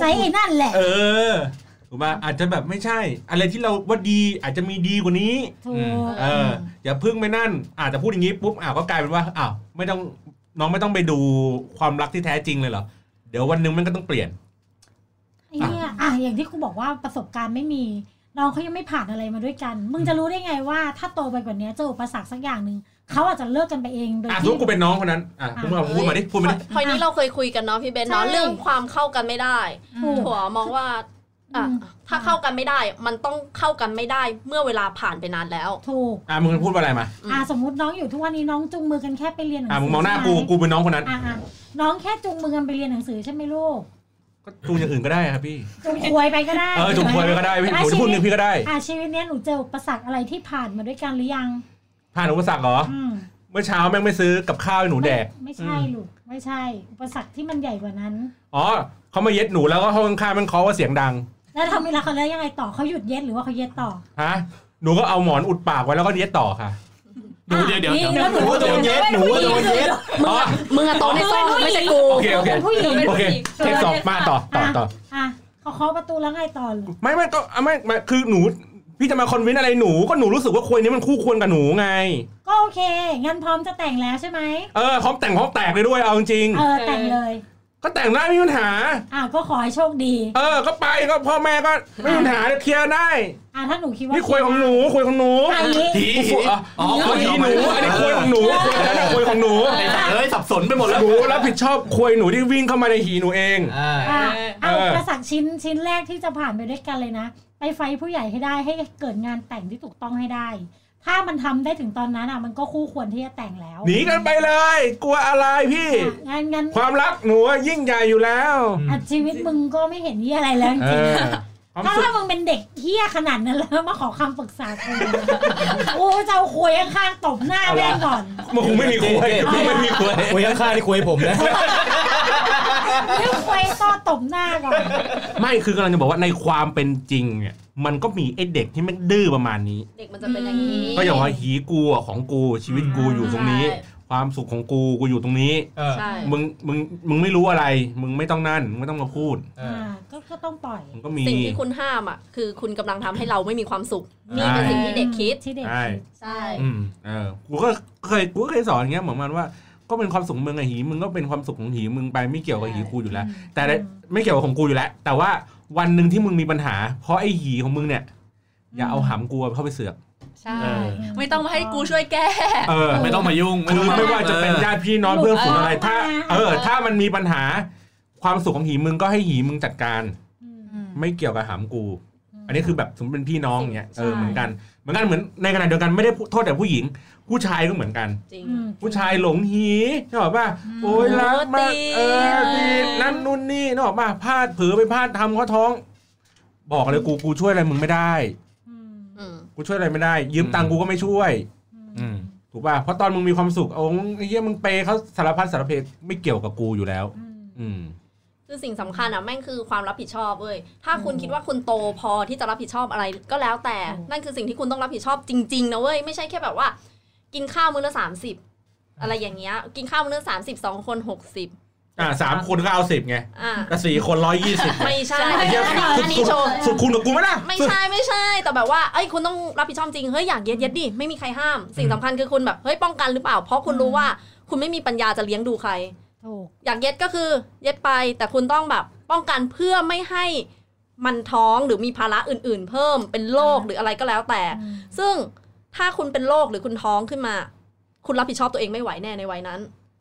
ใส่ไอ้นั่นแหละ เออถูกป่ะอาจจะแบบไม่ใช่ อะไรที่เราว่าดีอาจจะมีดีกว่านี้ ถูก เอออย่าพึ่งไปนั่น อาจจะพูดอย่างนี้ปุ๊บอ้าวก็กลายเป็นว่าอ้าวไม่ต้องน้องไม่ต้องไปดูความรักที่แท้จริงเลยเหรอเดี๋ยววันหนึงมันก็ต้องเปลี่ยน ไอ้เนี่ยอ่ะอย่างที่ครูบอกว่าประสบการณ์ไม่มีน้องเขายังไม่ผ่านอะไรมาด้วยกัน มึงจะรู้ได้ไงว่า ถ้าโตไปกว่านี้เจออุปสรรคสักอย่างหนึ่งเขาอาจจะเลิกกันไปเองโดย อ่ะสม ที่ มติกูเป็นน้องคนนั้นอ่ะ อ่ะ มึงเอาพูดมาดิพูดมาดิ พอยนี้เราเคยคุยกันเนาะพี่เบนเนาะ ใช่ เรื่องความเข้ากันไม่ได้ ถูก ถั่วมองว่าอ่ะ อืม ถ้าเข้ากันไม่ได้ มันต้องเข้ากันไม่ได้ เมื่อเวลาผ่านไปนานแล้ว ถูก อ่ะมึงพูดว่าอะไรมา อ่ะสมมติน้องอยู่ทุกวันนี้น้องจูงมือกันแค่ไปเรียนหนัง อ่ะ สื มึงมองหน้ากู ใช่ไ กูเป็นน้องคนนั้น อ่ะอ่ะน้องแค่จูงมือกันไปเรียนหนังสือใช่ไหมลูก ก็จูงอย่างอื่นก็ได้ครับพี่ จูงควยไปก็ได้ เออจูงควยไปก็ได้พี่ อ่ะ ผมจะ ชี พู วิ ด ต เรื่องพี่ก็ได้ อ่ะชีวิตเนี้ยหนูเจออุปสรรคอะไรที่ผ่านมาด้วยกันหรือยัง ผ่านอุปสรรคเหรอ อืม เมื่อเช้าแม่งไม่ซื้อกับข้าวให้หนูแดก ไม่ใช่ลูกไม่ใช่ อุปสรรคที่มันใหญ่กว่านั้น อ๋อเขามาเย็ดหนูแล้วก็ห้องข้างๆแมันเคาะว่าเสียงดัง แล้วทำเวลาเขาแล้วยังไงต่อเขาหยุดเย็ดหรือว่าเขาเย็ดต่อ ฮะหนูก็เอาหมอนอุดปากไว้แล้วก็เย็ดต่อค่ะ เดี๋ยวเดี๋ยวเดี๋ยว นี่แล้วหนู โดนเย็ดหนูว่าโดนเย็ด มึงอะมึงอะโตในซ่องไม่ใช่กู โอเคโอเค เป็นผู้หญิง โอเคเทปสองมาต่อต่อต่อ อ่ะเขาเคาะประตูแล้วไงต่อลูก ไม่ไม่ก็ไม่ไม่คือหนู พี่จะมาคอนวินอะไรหนูก็หนูรู้สึกว่าควรนี้มันคู่ควรกับหนูไง ก็โอเค งั้นพร้อมจะแต่งแล้วใช่ไหม เออพร้อมแต่งพร้อมแตกเลยด้วยเอาจริง เออแต่งเลย ๆก็แต่งได้ไม่มีปัญหา อ่ะก็ขอให้โชคดี เออ ก็ไปก็พ่อแม่ก็ไม่มีปัญหาเคลียร์ได้ อ่ะถ้าหนูคิดว่า นี่คุยของหนูคุยของหนู อันนี้ ผี คุยอ่ะอ๋อคุยหนูอันนี้คุยของหนูคุยอันนั้นคุยของหนู ไอ้สัตว์เอ้ยสับสนไปหมดแล้ว หนูรับผิดชอบคุยหนูที่วิ่งเข้ามาในหีหนูเอง อ่า อ่ะเอา เออ อุประสักชิ้นชิ้นแรกที่จะผ่านไปด้วยกันเลยนะ ไปไฟผู้ใหญ่ให้ได้ให้เกิดงานแต่งที่ถูกต้องให้ได้ ถ้ามันทำได้ถึงตอนนั้นอ่ะ มันก็คู่ควรที่จะแต่งแล้ว หนีกันไปเลย กลัวอะไรพี่ อ่ะงั้นงั้น ความรักหนูยิ่งใหญ่อยู่แล้ว อ่ะชีวิตมึงก็ไม่เห็นเหียอะไรแล้วจ เอ ริงอคๆวาม ถ้า สุข ถ้ามึงเป็นเด็กเฮี้ยขนาดนั้นแล้วมาขอคำปรึกษากูนะกู จะเอาคุยข้างๆตบหน้าแม่งก่อน มันคงไม่มีคุยมันคงไม่มีคุย คุยข้างๆนี่คุยผมนะ เรื่องคุยต่อตบหน้าก่อน ไม่คือกำลังจะบอกว่าในความเป็นจริงเนี่ยมันก็มีไอ้เด็กที่แม่งดื้อประมาณนี้ เด็กมันจะเป็นอย่างนี้ ก็อย่างว่าหีกูอ่ะของกูชีวิตกูอยู่ตรงนี้ ใช่ ความสุขของกูกูอยู่ตรงนี้ เออ ใช่ มึงมึงมึงไม่รู้อะไร มึงไม่ต้องนั่น มึงไม่ต้องมาพูด เอ อ่า อ ก็ก็ต้องปล่อย มันก็มี สิ่งที่คุณห้ามอ่ะคือคุณกำลังทำให้เราไม่มีความสุข ใช่ นี่เป็นสิ่งที่เด็กคิด ที่เด็ก ใช่ คิด ใช่ อืมเออกูก็เคยกูก็เคยสอนอย่างเงี้ยเหมือนมันว่าก็เป็นความสุขของมึงไอะหีมึงก็เป็นความสุขของหีมึงไปไม่เกี่ยวกับหีกูอยู่แล้ว แต่ได้ไม่เกี่ยวกับของกูอยู่แล้ว แต่ว่าวันหนึ่งที่มึงมีปัญหา เพราะไอ้หีของมึงเนี่ย อย่าเอาหำกูเข้าไปเสือก ใช่ เออ ไม่ต้องมาให้กูช่วยแก้ เออ ไม่ต้องมายุ่ง คือไม่ว่าจะเป็น ญา ญา ติ ติพี่น้องเพื่อนฝูงอะไรถ้า เออ เออ ถ้ามันมีปัญหาความสุขของหีมึงก็ให้หีมึงจัดการ อืม ไม่เกี่ยวกับหามกู อืม อันนี้คือแบบสมมติเป็นพี่น้องอย่างเงี้ยเออ ใช่ เหมือนกันเหมือนกันเหมือนในขณะเดียวกันไม่ได้โทษแต่ผู้หญิง ผู้ชายก็เหมือนกัน จริง อืม ผู้ชายหลงหีนึกออกป่ะโอ้ยรักมาก ตี เออตีนั่นนู่นนี่นึกออกป่ะพลาดเผลอไปพลาดทำเขาท้อง บอกเลยกูกูช่วยอะไรมึงไม่ได้ อืม อืม กูช่วยอะไรไม่ได้ ยืมตังค์กูก็ไม่ช่วย อืม ถูกป่ะ เพราะตอนมึงมีความสุข โอ้ยเฮียมึงเปย์เขาสารพัดสารเพไม่เกี่ยวกับกูอยู่แล้ว อืม อืม คือสิ่งสำคัญอ่ะแม่งคือความรับผิดชอบเว้ยถ้าคุณ อืม คิดว่าคุณโตพอที่จะรับผิดชอบอะไรก็แล้วแต่ อืม นั่นคือสิ่งที่คุณต้องรับผิดชอบจริงๆนะเว้ยไม่ใช่แค่แบบว่า กินข้าวมื้อละสามสิบอะไรอย่างเงี้ย กินข้าวมื้อละสามสิบสองคนหกสิบ อ่าสามคนก็เอาสิบไง อ่ะ แต่สี่คนร้อยยี่สิบ ไม่ใช่ อันนี้ อันนี้โชว์ สุดคุณกับกูไหมล่ะ ไม่ใช่ ไม่ใช่แต่แบบว่าเอ้ยคุณต้องรับผิดชอบจริงเฮ้ยอยากเย็ดเย็ดดิไม่มีใครห้าม สิ่งสำคัญคือคุณแบบเฮ้ยป้องกันหรือเปล่า เพราะคุณรู้ว่าคุณไม่มีปัญญาจะเลี้ยงดูใคร ถูก อยากเย็ดก็คือเย็ดไปแต่คุณต้องแบบป้องกันเพื่อไม่ให้มันท้องหรือมีภาระอื่น ๆ เพิ่มเป็นโรคหรืออะไรก็แล้วแต่ ซึ่งถ้าคุณเป็นโรคหรือคุณท้องขึ้นมา คุณรับผิดชอบตัวเองไม่ไหวแน่ในวัยนั้น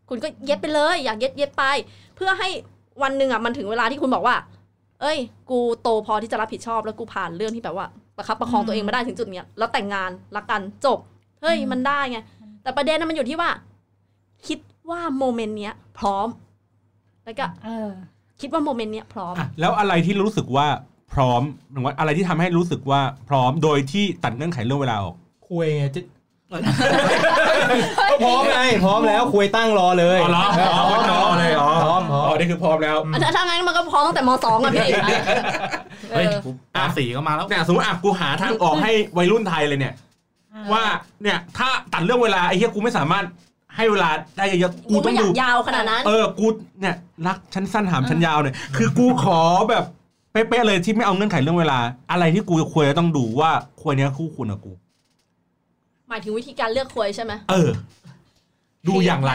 คุณก็เย็ดไปเลย อยากเย็ดเย็ดไป เพื่อให้วันหนึ่งอ่ะมันถึงเวลาที่คุณบอกว่า เอ้ย กูโตพอที่จะรับผิดชอบแล้วกูผ่านเรื่องที่แบบว่าประคับประคองตัวเองมาได้ถึงจุดเนี้ยแล้วแต่งงานรักกันจบเฮ้ยมันได้ไงแต่ประเด็นน่ะมันอยู่ที่ว่า คิดว่าโมเมนต์เนี้ย พร้อม แล้วก็ เออ คิดว่าโมเมนต์เนี้ยพร้อม อ่ะแล้วอะไรที่รู้สึกว่าพร้อมหรือว่าอะไรที่ทำให้รู้สึกว่าพร้อมโดยที่ตัดเงื่อนไขเรื่องเวลาออก คุยไงจะก็พร้อมไงพร้อมแล้วคุยตั้งรอเลย อ๋อเหรออ๋อ พร้รออมเลยอ๋อ พร้อมพร้อ อ๋อ ม นี่คือพร้อมแล้ว อันนั้นถ้างั้นมันก็พร้อมตั้งแต่มสองอ่ะพี่เอ เฮ้ย อ กูปาสีก็มาแล้ว เนี่ยสมมติอ่ะกูหาทางออกให้วัยรุ่นไทยเลยเนี่ย ว่าเนี่ยถ้าตัดเรื่องเวลาไอ้เหี้ยกูไม่สามารถให้เวลาได้เยอะๆ กู กูต้ ไม่ อง อยา ดู กยาวขนาดนั้น เออ กูเนี่ยรักชั้นสั้นหามชั้นยาวเนี่ย คือกูขอแบบเป๊ะๆเลยที่ไม่เอาเงื่อนไขเรื่องเวลา อะไรที่กูควรจะต้องดูว่าควรเนี้ยคู่คุณกับกู หมายถึงวิธีการเลือกควยใช่ไหม เออ ดูอย่างไร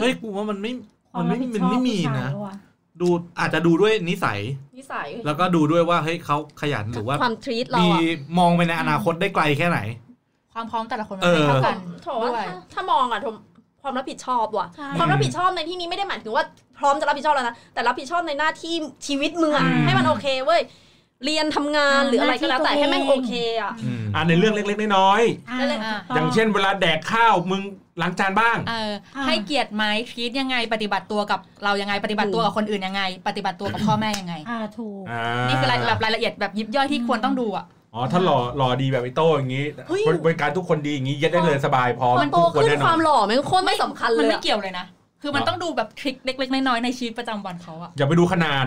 เฮ้ยกูว่ามันไม่ คมัวาน รับ ไม่ ผิด มัน ชอบ ไม่มี ผู้ชาย นะ ว่ ดูอาจจะดูด้วยนิสัย นิสัย แล้วก็ดูด้วยว่าเฮ้ยเขาขยันหรือว่า ความทรีตเรา มี อะ มองไปในอนาคตได้ไกลแค่ไหน ความพร้อมแต่ละคนมัน เออ ไม่เท่า ผ กัน มโถว่าถ้าถ้ามองอะผมความรับผิดชอบว่ะ ใช่ ความรับผิดชอบในที่นี้ไม่ได้หมายถึงว่าพร้อมจะรับผิดชอบแล้วนะ แต่รับผิดชอบในหน้าที่ชีวิตมึงอะ อืม ให้มันโอเคเว้ย เรียนทำงานหรืออะไรก็แล้วแต่ให้แม่งโอเคอะ อ่าในเรื่องเล็กๆน้อย อ่า นั่นแหละ อ่า ๆอย่างเช่นเวลาแดกข้าวมึงล้างจานบ้าง เออให้เกียรติไหมทีตยังไง ปฏิบัติตัวกับเรายังไงปฏิบัติตัวกับคนอื่นยังไง ปฏิบัติตัวกับพ่อแม่ยังไง อ่าถูก อ่า นี่คือรายแบบรายละเอียดแบบยิบย่อยที่ควรต้องดูอ่ะ อ๋อถ้าหล่อหล่อดีแบบไอ้โต้อย่างนี้ เฮ้ย บริบริการทุกคนดีอย่างนี้เย็ดได้เลยสบายพร้อม มันโต ทุกคน ขึ้น แน่น ค อ วาน มหล่อแม่งโคตรไม่สำคัญ มั เล น ย ไม่ อะ เกี่ยวเลยนะ คือมันต้องดูแบบทริคเล็ก ๆ น้อยๆในชีวิตประจำวันเขาอ่ะ อย่าไปดูขนาด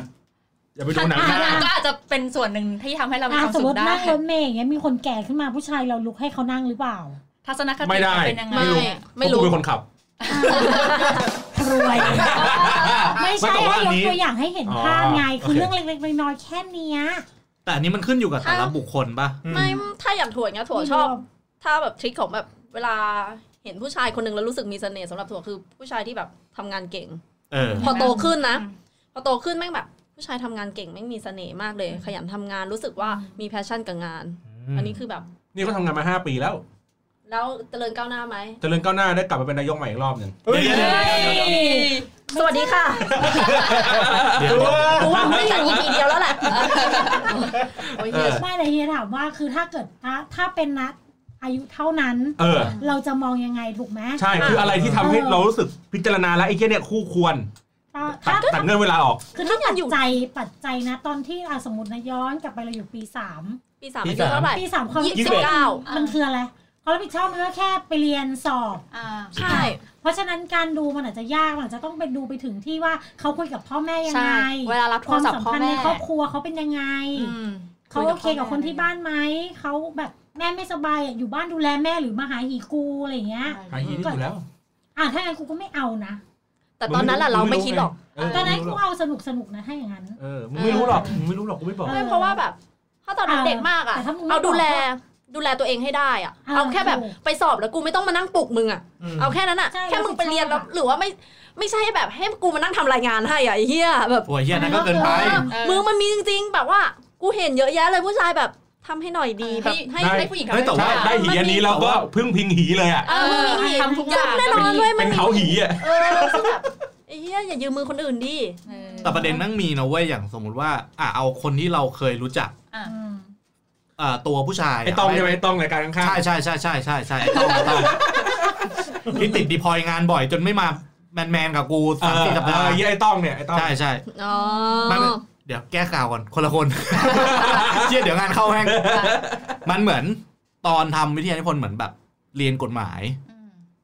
อย่าไปดูหนังห ข น้า นาดก็อาจจะเป็นส่วนหนึ่งที่ทำให้เรามี อ่ะ ความ สมมสุข ติ ได้ นั่งรถเมย์อย่างเงี้ยมีคนแก่ขึ้นมาผู้ชายเราลุกให้เขานั่งหรือเปล่า ทัศนคติ ไม่ได้ มันเป็นยังไง ไม่ไม่ เพาะ รู้ กูเป็นคนขับ รวย ไม่ ไม่ ใช่ แต่ว่าอัให้ยน ก นี้ ตัวอย่างให้เห็นภาพไง อ๋อ คือ โอเค เรื่องเล็กๆน้อยๆแค่เนี้ย แต่อันนี้มันขึ้นอยู่กับแต่ละบุคคลป่ะ ไม่ถ้าอย่างถั่วอย่างเงี้ยถั่วชอบ ถ้าแบบทริคของแบบเวลาเห็นผู้ชายคนหนึ่งแล้วรู้สึกมีเสน่ห์สำหรับถั่วคือผู้ชายที่แบบทำงานเก่ง เออ พอโตขึ้นนะ พอโตขึ้นแม่งแบบ ผู้ชายทำงานเก่งแม่งมีเสน่ห์มากเลย ขยันทำงานรู้สึกว่ามีแพชชั่นกับงาน อันนี้คือแบบ นี่เขาทำงานมาห้าปีแล้ว แล้วเจริญก้าวหน้าไหม เจริญก้าวหน้าได้กลับมาเป็นนายกใหม่อีกรอบหนึ่ง เฮ้ย สวัสดีค่ะ เดี๋ยว กูว่าไม่ถึงปีเดียวแล้วแหละโอ้ยเหี้ย ไม่แต่เฮียถามว่าคือถ้าเกิดถ้าถ้าเป็นนัดอายุเท่านั้น เออ เราจะมองยังไงถูกไหม ใช่คืออะไรที่ทำให้ เออ เรารู้สึกพิจารณาแล้วไอ้เหี้ยเนี่ยคู่ควร ถ้า ตัด ถ้า ตัดเงื่อนเวลาออก คือถ้าปัจจัยปัจจัยนะ ตอนที่อ่ะสมมตินะย้อนกลับไปเราอยู่ปีสาม ปีสามอายุเท่าไหร่ ปีสามความ ยี่ รับผิด สิ ช บ อบ เก้า มันคืออะไรความรับผิดชอบมันก็แค่ไปเรียนสอบ อ่า ใช่ เพราะฉะนั้นการดูมันอาจจะยากมันอาจจะต้องไปดูไปถึงที่ว่าเขาคุยกับพ่อแม่ยัง ใช่ ไง เวลารับโท ค ร วาม ศัพ สั ท์ ม พ่อ พันธ์ใน แม่ ครอบครัวเขาเป็นยังไง อืม เขาโอเคกับคนที่บ้านไหม เขาแบบแม่ไม่สบายอ่ะอยู่บ้านดูแลแม่หรือมาหาหีกูอะไรอย่างเงี้ย หายหีนี่อยู่แล้ว อ่ะถ้างั้นกูก็ไม่เอานะ แต่ตอนนั้นแหละเราไม่คิดหรอก เมึง ตอนนั้น ไม่ กู รู้หร เอาสนุกสนุกๆนะถ้าอย่างนั้น เออมึงไม่รู้หรอกมึงไม่รู้หรอกกูไม่บอก เออ ไม่เพราะว่าแบบ ถ้าตอนนั้น อ่า เด็กมากอ่ะ แต่ถ้ามึงไม่ เอาดูแล บอก ดูแลตัวเองให้ได้อ่ะ อ่า เอาแค่แบบ ถูก ไปสอบแล้วกูไม่ต้องมานั่งปลุกมึงอ่ะ เอาแค่นั้นอ่ะ ใช่ แค่มึงไปเรียนแล้ว ใช่ หรือว่าไม่ไม่ใช่แบบให้กูมานั่งทำรายงานให้อ่ะไอ้เหี้ยแบบ โอ้ยเหี้ยนั่นก็เกินไป เออ เออ มึงมันมีจริง ๆ แบบว่ากูเห็นเยอะแยะเลยผู้ชายแบบทำให้หน่อยดี ให้ แบบให้ ได้ ให้ผู้หญิงทำ เฮ้ยแต่ว่า ใช่ ให้ ได้หีอันนี้เราก็พึ่งพิงหีเลยอ่ะ เอ เอ อ อ มึงมี ทำทุกอย่าง แน่นอนเว้ยมั เป็นนเขาหีอ่ะ เออซึ่งแบบไอ้เหี้ยอย่ายืมมือคนอื่นดิ เออ แต่ประเด็นนั่งมีนะเว้ยอย่างสมมติว่า อ่ะเอาคนที่เราเคยรู้จัก อ่ะ อืม อ่าตัวผู้ชายะ ไอ้ตองใช่ไหมไอ้ตองรายการข้าง ใช่ใช่ใช่ใช่ใช่ใช่ไอ้ตองไอ้ตองที่ติดดีพลอยงานบ่อยจนไม่มาแมนแมนๆกับกู ๆเอ สาม อ สี่สัป เอ ดาห์ อเหี้ยไอ้ตองเนี่ยไอ้ตอง ใช่ใช่ อ๋อ มันเดี๋ยวแก้ข่าวก่อนคนละคน เชี่ยเดี๋ยวงานเข้าแห้งมันเหมือนตอนทำวิทยานิพนธ์เหมือนแบบเรียนกฎหมาย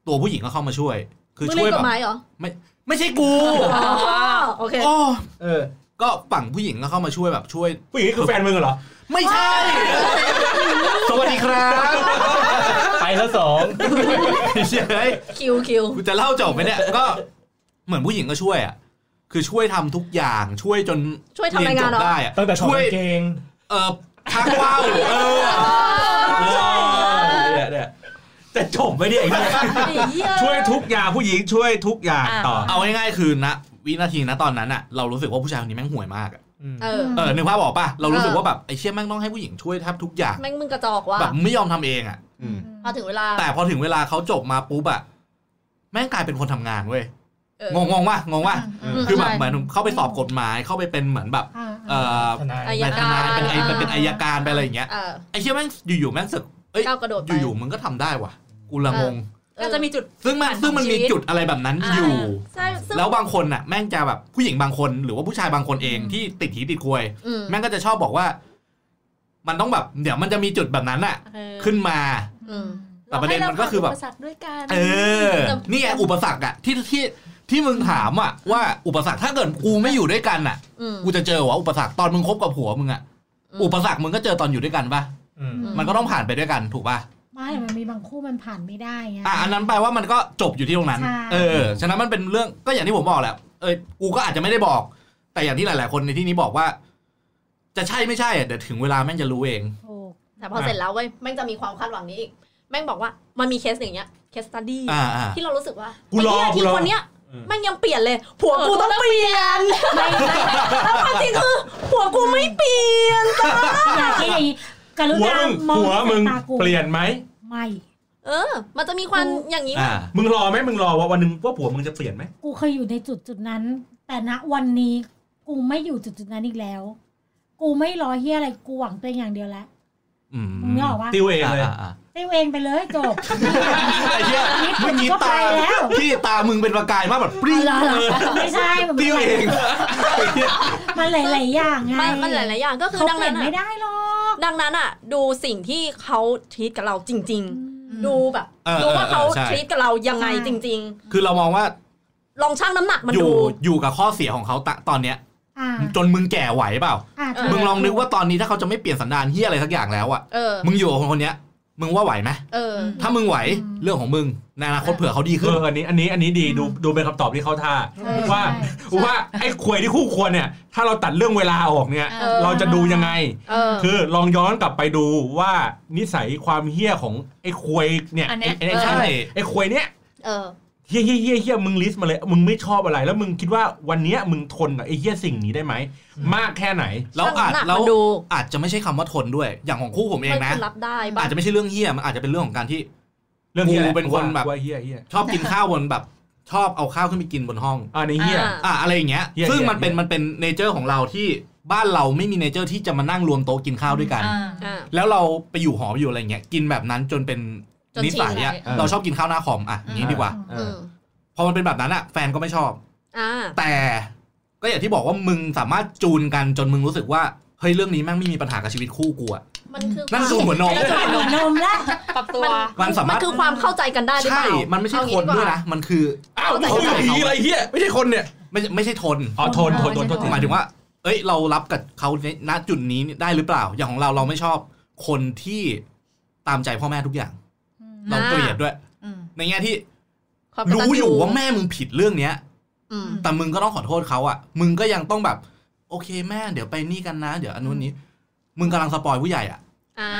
ตัวผู้หญิงก็เข้ามาช่วย คือ มึง ช่วยเรีย นก แบ ฎ บ หมายเหรอ ไม่ใช่กู อ๋อโอเค โอ้ เออ ก็ฝั่งผู้หญิงก็เข้ามาช่วยแบบช่วย ผู้หญิงนี่คือแฟนมึงเหรอ ไม่ใช่ สวัสดีครับ ไปแล้วสอง เฉย คิวคิว กูจะเล่าจบไหมเนี่ย ก็เหมือนผู้หญิงก็ช่วยอ่ะ คือช่วยทำทุกอย่างช่วยจน ช่วยทำรายงานเหรอ เจบได้อะ ตั้งแต่ถอด ช่วย กางเกง เออชักว่าวเออ เนี่ยเนี่ยจะจบไหมเนี่ยไอ้เหี้ย ไอ้เหี้ย ช่วยทุกอย่างผู้หญิงช่วยทุกอย่างต่อ เอาง่ายๆคือนะวินาทีนะตอนนั้นอะเรารู้สึกว่าผู้ชายคนนี้แม่งห่วยมากอะ เออ เออนึกภาพออกปะเรารู้สึก เออ ว่าแบบไอ้เชี่ยแม่งต้องให้ผู้หญิงช่วยแทบทุกอย่าง แม่งมึงกระจอกว่ะ แบบไม่ยอมทำเองอะ อืม พอถึงเวลา แต่พอถึงเวลาเขาจบมาปุ๊บอะแม่งกลายเป็นคนทำงานเว้ย เออง งงงว่ะงงว่ะ ม คือแบบ ใช่ เหมือนเข้าไปสอบกฎหมายเข้าไปเป็นเหมือนแบบ อ่า เออ ทนาย อา เป็ ย นทนายเป็นการไอเป็นเป็นอายการไปอะไรอย่างเงี้ย เออ ไอ้เชี่ยแม่งอยู่ๆแม่งสึกเอ้ย ก้าวกระโดดไป อยู่ๆมึงก็ทำได้ว่ะกูละงง ก็ ก็ จะ จะ มี มีจุด ซึ่งมันซึ่งมันมีจุดอะไรแบบนั้น อ่า อยู่ ใช่ซึ่ง แล้วบางคนน่ะแม่งจะแบบผู้หญิงบางคนหรือว่าผู้ชายบางคนเองที่ติดหีติดควย อืม แม่งก็จะชอบบอกว่า มันต้องแบบเดี๋ยวมันจะมีจุดแบบนั้นน่ะ ขึ้นมา อืม แต่ประเด็นมันก็คือแบบ เราให้เราผ่านปสรรด้วยกัน เออ นี่ไงอุปสรรคอะที่ที่ที่มึงถามอะว่าอุปสรรคถ้าเกิดกูไม่อยู่ด้วยกันน่ะ อืม กูจะเจอวะอุปสรรคตอนมึงคบกับผัวมึงอะ อืม อุปสรรคมึงก็เจอตอนอยู่ด้วยกันปะ อืม มันก็ต้องผ่านไปด้วยกันถูกปะ ไม่มันมีบางคู่มันผ่านไม่ได้ไง อ่ะอันนั้นแปลว่ามันก็จบอยู่ที่ตรงนั้น ใช่ เออ ฉะนั้นมันเป็นเรื่องก็อย่างที่ผมบอกแหละ เอยกูก็อาจจะไม่ได้บอก แต่อย่างที่หลาย ๆ คนในที่นี้บอกว่า จะใช่ไม่ใช่อ่ะเดี๋ยวถึงเวลาแม่งจะรู้เอง ถูก แต่พอเสร็จแล้วเว้ยแม่งจะมีความคาดหวังนี้อีกแม่งบอกว่ามันมีเคสอย่างเงี้ยเคสตัดดี้ อ่าอ่า ที่เรารู้สึกว่า กูรอ ไเหี้ย กูรอ ที่คนเนี้ยแม่งยังเปลี่ยนเลย ผัวกูต้องเปลี่ยนไม่แล้วความจริงคือผัวกูไม่เปลี่ยน อยากคิดอย่างนี้กรุ หัว ณา มึง มอง หัวมึง สายตากู เปลี่ยนไหม ไม่ เออ มันจะมีความอย่างนี้ อ่า มึงรอไหมมึงรอว่าวันหนึงว่าผัวมึงจะเปลี่ยนไหม กูเคยอยู่ในจุดจุดนั้น แต่ณวันนี้กูไม่อยู่จุดจุดนั้นอีกแล้ว กูไม่รอเฮียอะไรกูหวังตัวเองอย่างเดียวแล้ว อืม มึงนึกออกว่า ติวเองเลย อ่าอ่า ได้เองไปเลยจบ ไอ้เหี้ยเมื่อกี้ ก็ไป ตา แล้ว ที่ตามึงเป็นประกายมากแบบปริ้งเออ ไม่ใช่มัน ติวเอง มันหลายๆอย่างไง มันมันหลายๆอย่างก็คือ เขา ดัง เปลี่ย นั้น น ไม่ อะ ได้หรอก ดังนั้นอะดูสิ่งที่เขาทีตกับเราจริง ๆ ดูแบบ เออ ดูว่าเขา ออใช่ ทีตกับเรายังไงจริง คือเรามองว่า ๆ ลองชั่งน้ำหนักมัน อยู่ ดู อยู่กับข้อเสียของเขาตะตอนเนี้ย อ่า จนมึงแก่ไหวเปล่า อ่า เออ มึงลองนึกว่าตอนนี้ถ้าเขาจะไม่เปลี่ยนสันดานเฮียอะไรสักอย่างแล้วอ่ะ เออ มึงอยู่กับคนคนเนี้ย มึงว่าไหวไหม เออ ถ้ามึงไหวเรื่องของมึงในอนาคตเผื่อเขาดี เอ ขึ้น ออันนี้อันนี้อันนี้ดีดูดูเป็นคำตอบที่เข้าท่า ว่าว่าไอ้ควยที่คู่ควรเนี่ย ถ้าเราตัดเรื่องเวลาออกเนี่ย เออ เราจะดูยังไง เออ คือลองย้อนกลับไปดูว่านิสัยความเฮี้ยของไอ้ควยเนี่ย อันเนี้ ไอ้ ย ไอ้ไอ้ช่าง ใช่ ไอ้ควยเนี่ย เออ เฮี้ยเฮี้ยเฮี้ยเฮี้ยมึงลิสต์มาเลย มึงไม่ชอบอะไร แล้วมึงคิดว่าวันเนี้ยมึงทนกับไอ้เฮี้ยสิ่งนี้ได้ไหมมากแค่ไหน แล้วอาจ ชั่งน้ำหนัก แล้ว มันดู อาจจะไม่ใช่คำว่าทนด้วย อย่างของคู่ผมเอง มั นะ รับได้ อา บ้า จ ง จะไม่ใช่เรื่องเฮี้ยมันอาจจะเป็นเรื่องของการที่ เรื่องเฮี้ย กูเป็นคนแบบ ว่าเฮี้ยเฮี้ย ชอบกินข้าวบนแบบ ชอบเอาข้าวขึ้นไปกินบนห้อง อ่าในเฮี้ย อ่า อ่ะอะไรอย่างเงี้ย เหี้ย ซึ่ง เหี้ย มันเป็น เหี้ย มันเป็นเนเจอร์ของเราที่บ้านเราไม่มีเนเจอร์ที่จะมานั่งรวมโต๊ะกินข้าวด้วยกัน อ่า อ่า แล้วเราไปอยู่หออยู่อะไรอย่างเงี้ยกินแบบนั้นจนเป็น จนชิน นิสัยอะ เลย เราชอบกินข้าวหน้าคอมอ่ะอย่างงี้ดีกว่า เอ อื อ ม พอมันเป็นแบบนั้นอะแฟนก็ไม่ชอบ อ่า แต่ก็อย่างที่บอกว่ามึงสามารถจูนกันจนมึงรู้สึกว่าเฮ้ยเรื่องนี้แม่งไม่มีปัญหากับชีวิตคู่กูอะ มันคือ นั่นคือหัวนม จะหมดนมละ ปรับตัว มันสา มั มาน รถ คือความเข้าใจกันได้หรือเป ใช่ ล่า มันไม่ใช่ เอา ค งี้ นด้วยนะมันคือ อ้าวเขาเป็นผีอะไรเฮี้ยไม่ใช่คนเนี่ย ไม่ใช่ไม่ใช่ทน อ๋อทนทนทนทนทน หมายถึงว่า เอ้ยเรารับกับเขาในณจุดนี้ได้หรือเปล่า อย่างของเราเราไม่ชอบคนที่ตามใจพ่อแม่ทุกอย่าง เราเกลียดด้วย อืม ในแง่ที่ ความกตัญ รู้อยู่ว่าแม่มึงผิดเรื่องเนี้ย อืม แต่มึงก็ต้องขอโทษเขาอะมึงก็ยังต้องแบบ โอเคแม่เดี๋ยวไปนี่กันนะ เดี๋ยวอันนู้นนี้ มึงกำลังสปอยผู้ใหญ่อะ อ่า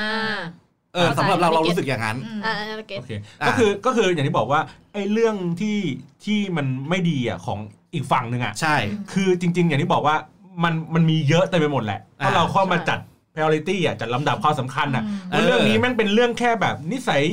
เออ เข้าสำใจหรับเราเรารู้สึกอย่างนั้น อืม อ่าโอเค โอเคก็คือก็คืออย่างที่บอกว่าไอ้เรื่องที่ที่มันไม่ดีอ่ะของอีกฝั่งหนึ่งอ่ะ ใช่ คือจริง ๆ อย่างที่บอกว่ามันมันมีเยอะเต็มไปหมดแหละ อ่า ถ้าเราเข้ามาจัด priority อ่ะจัดลำดับความสำคัญอ่ะ อืม เรื่องนี้ เออ แม่งเป็นเรื่องแค่แบบนิสัย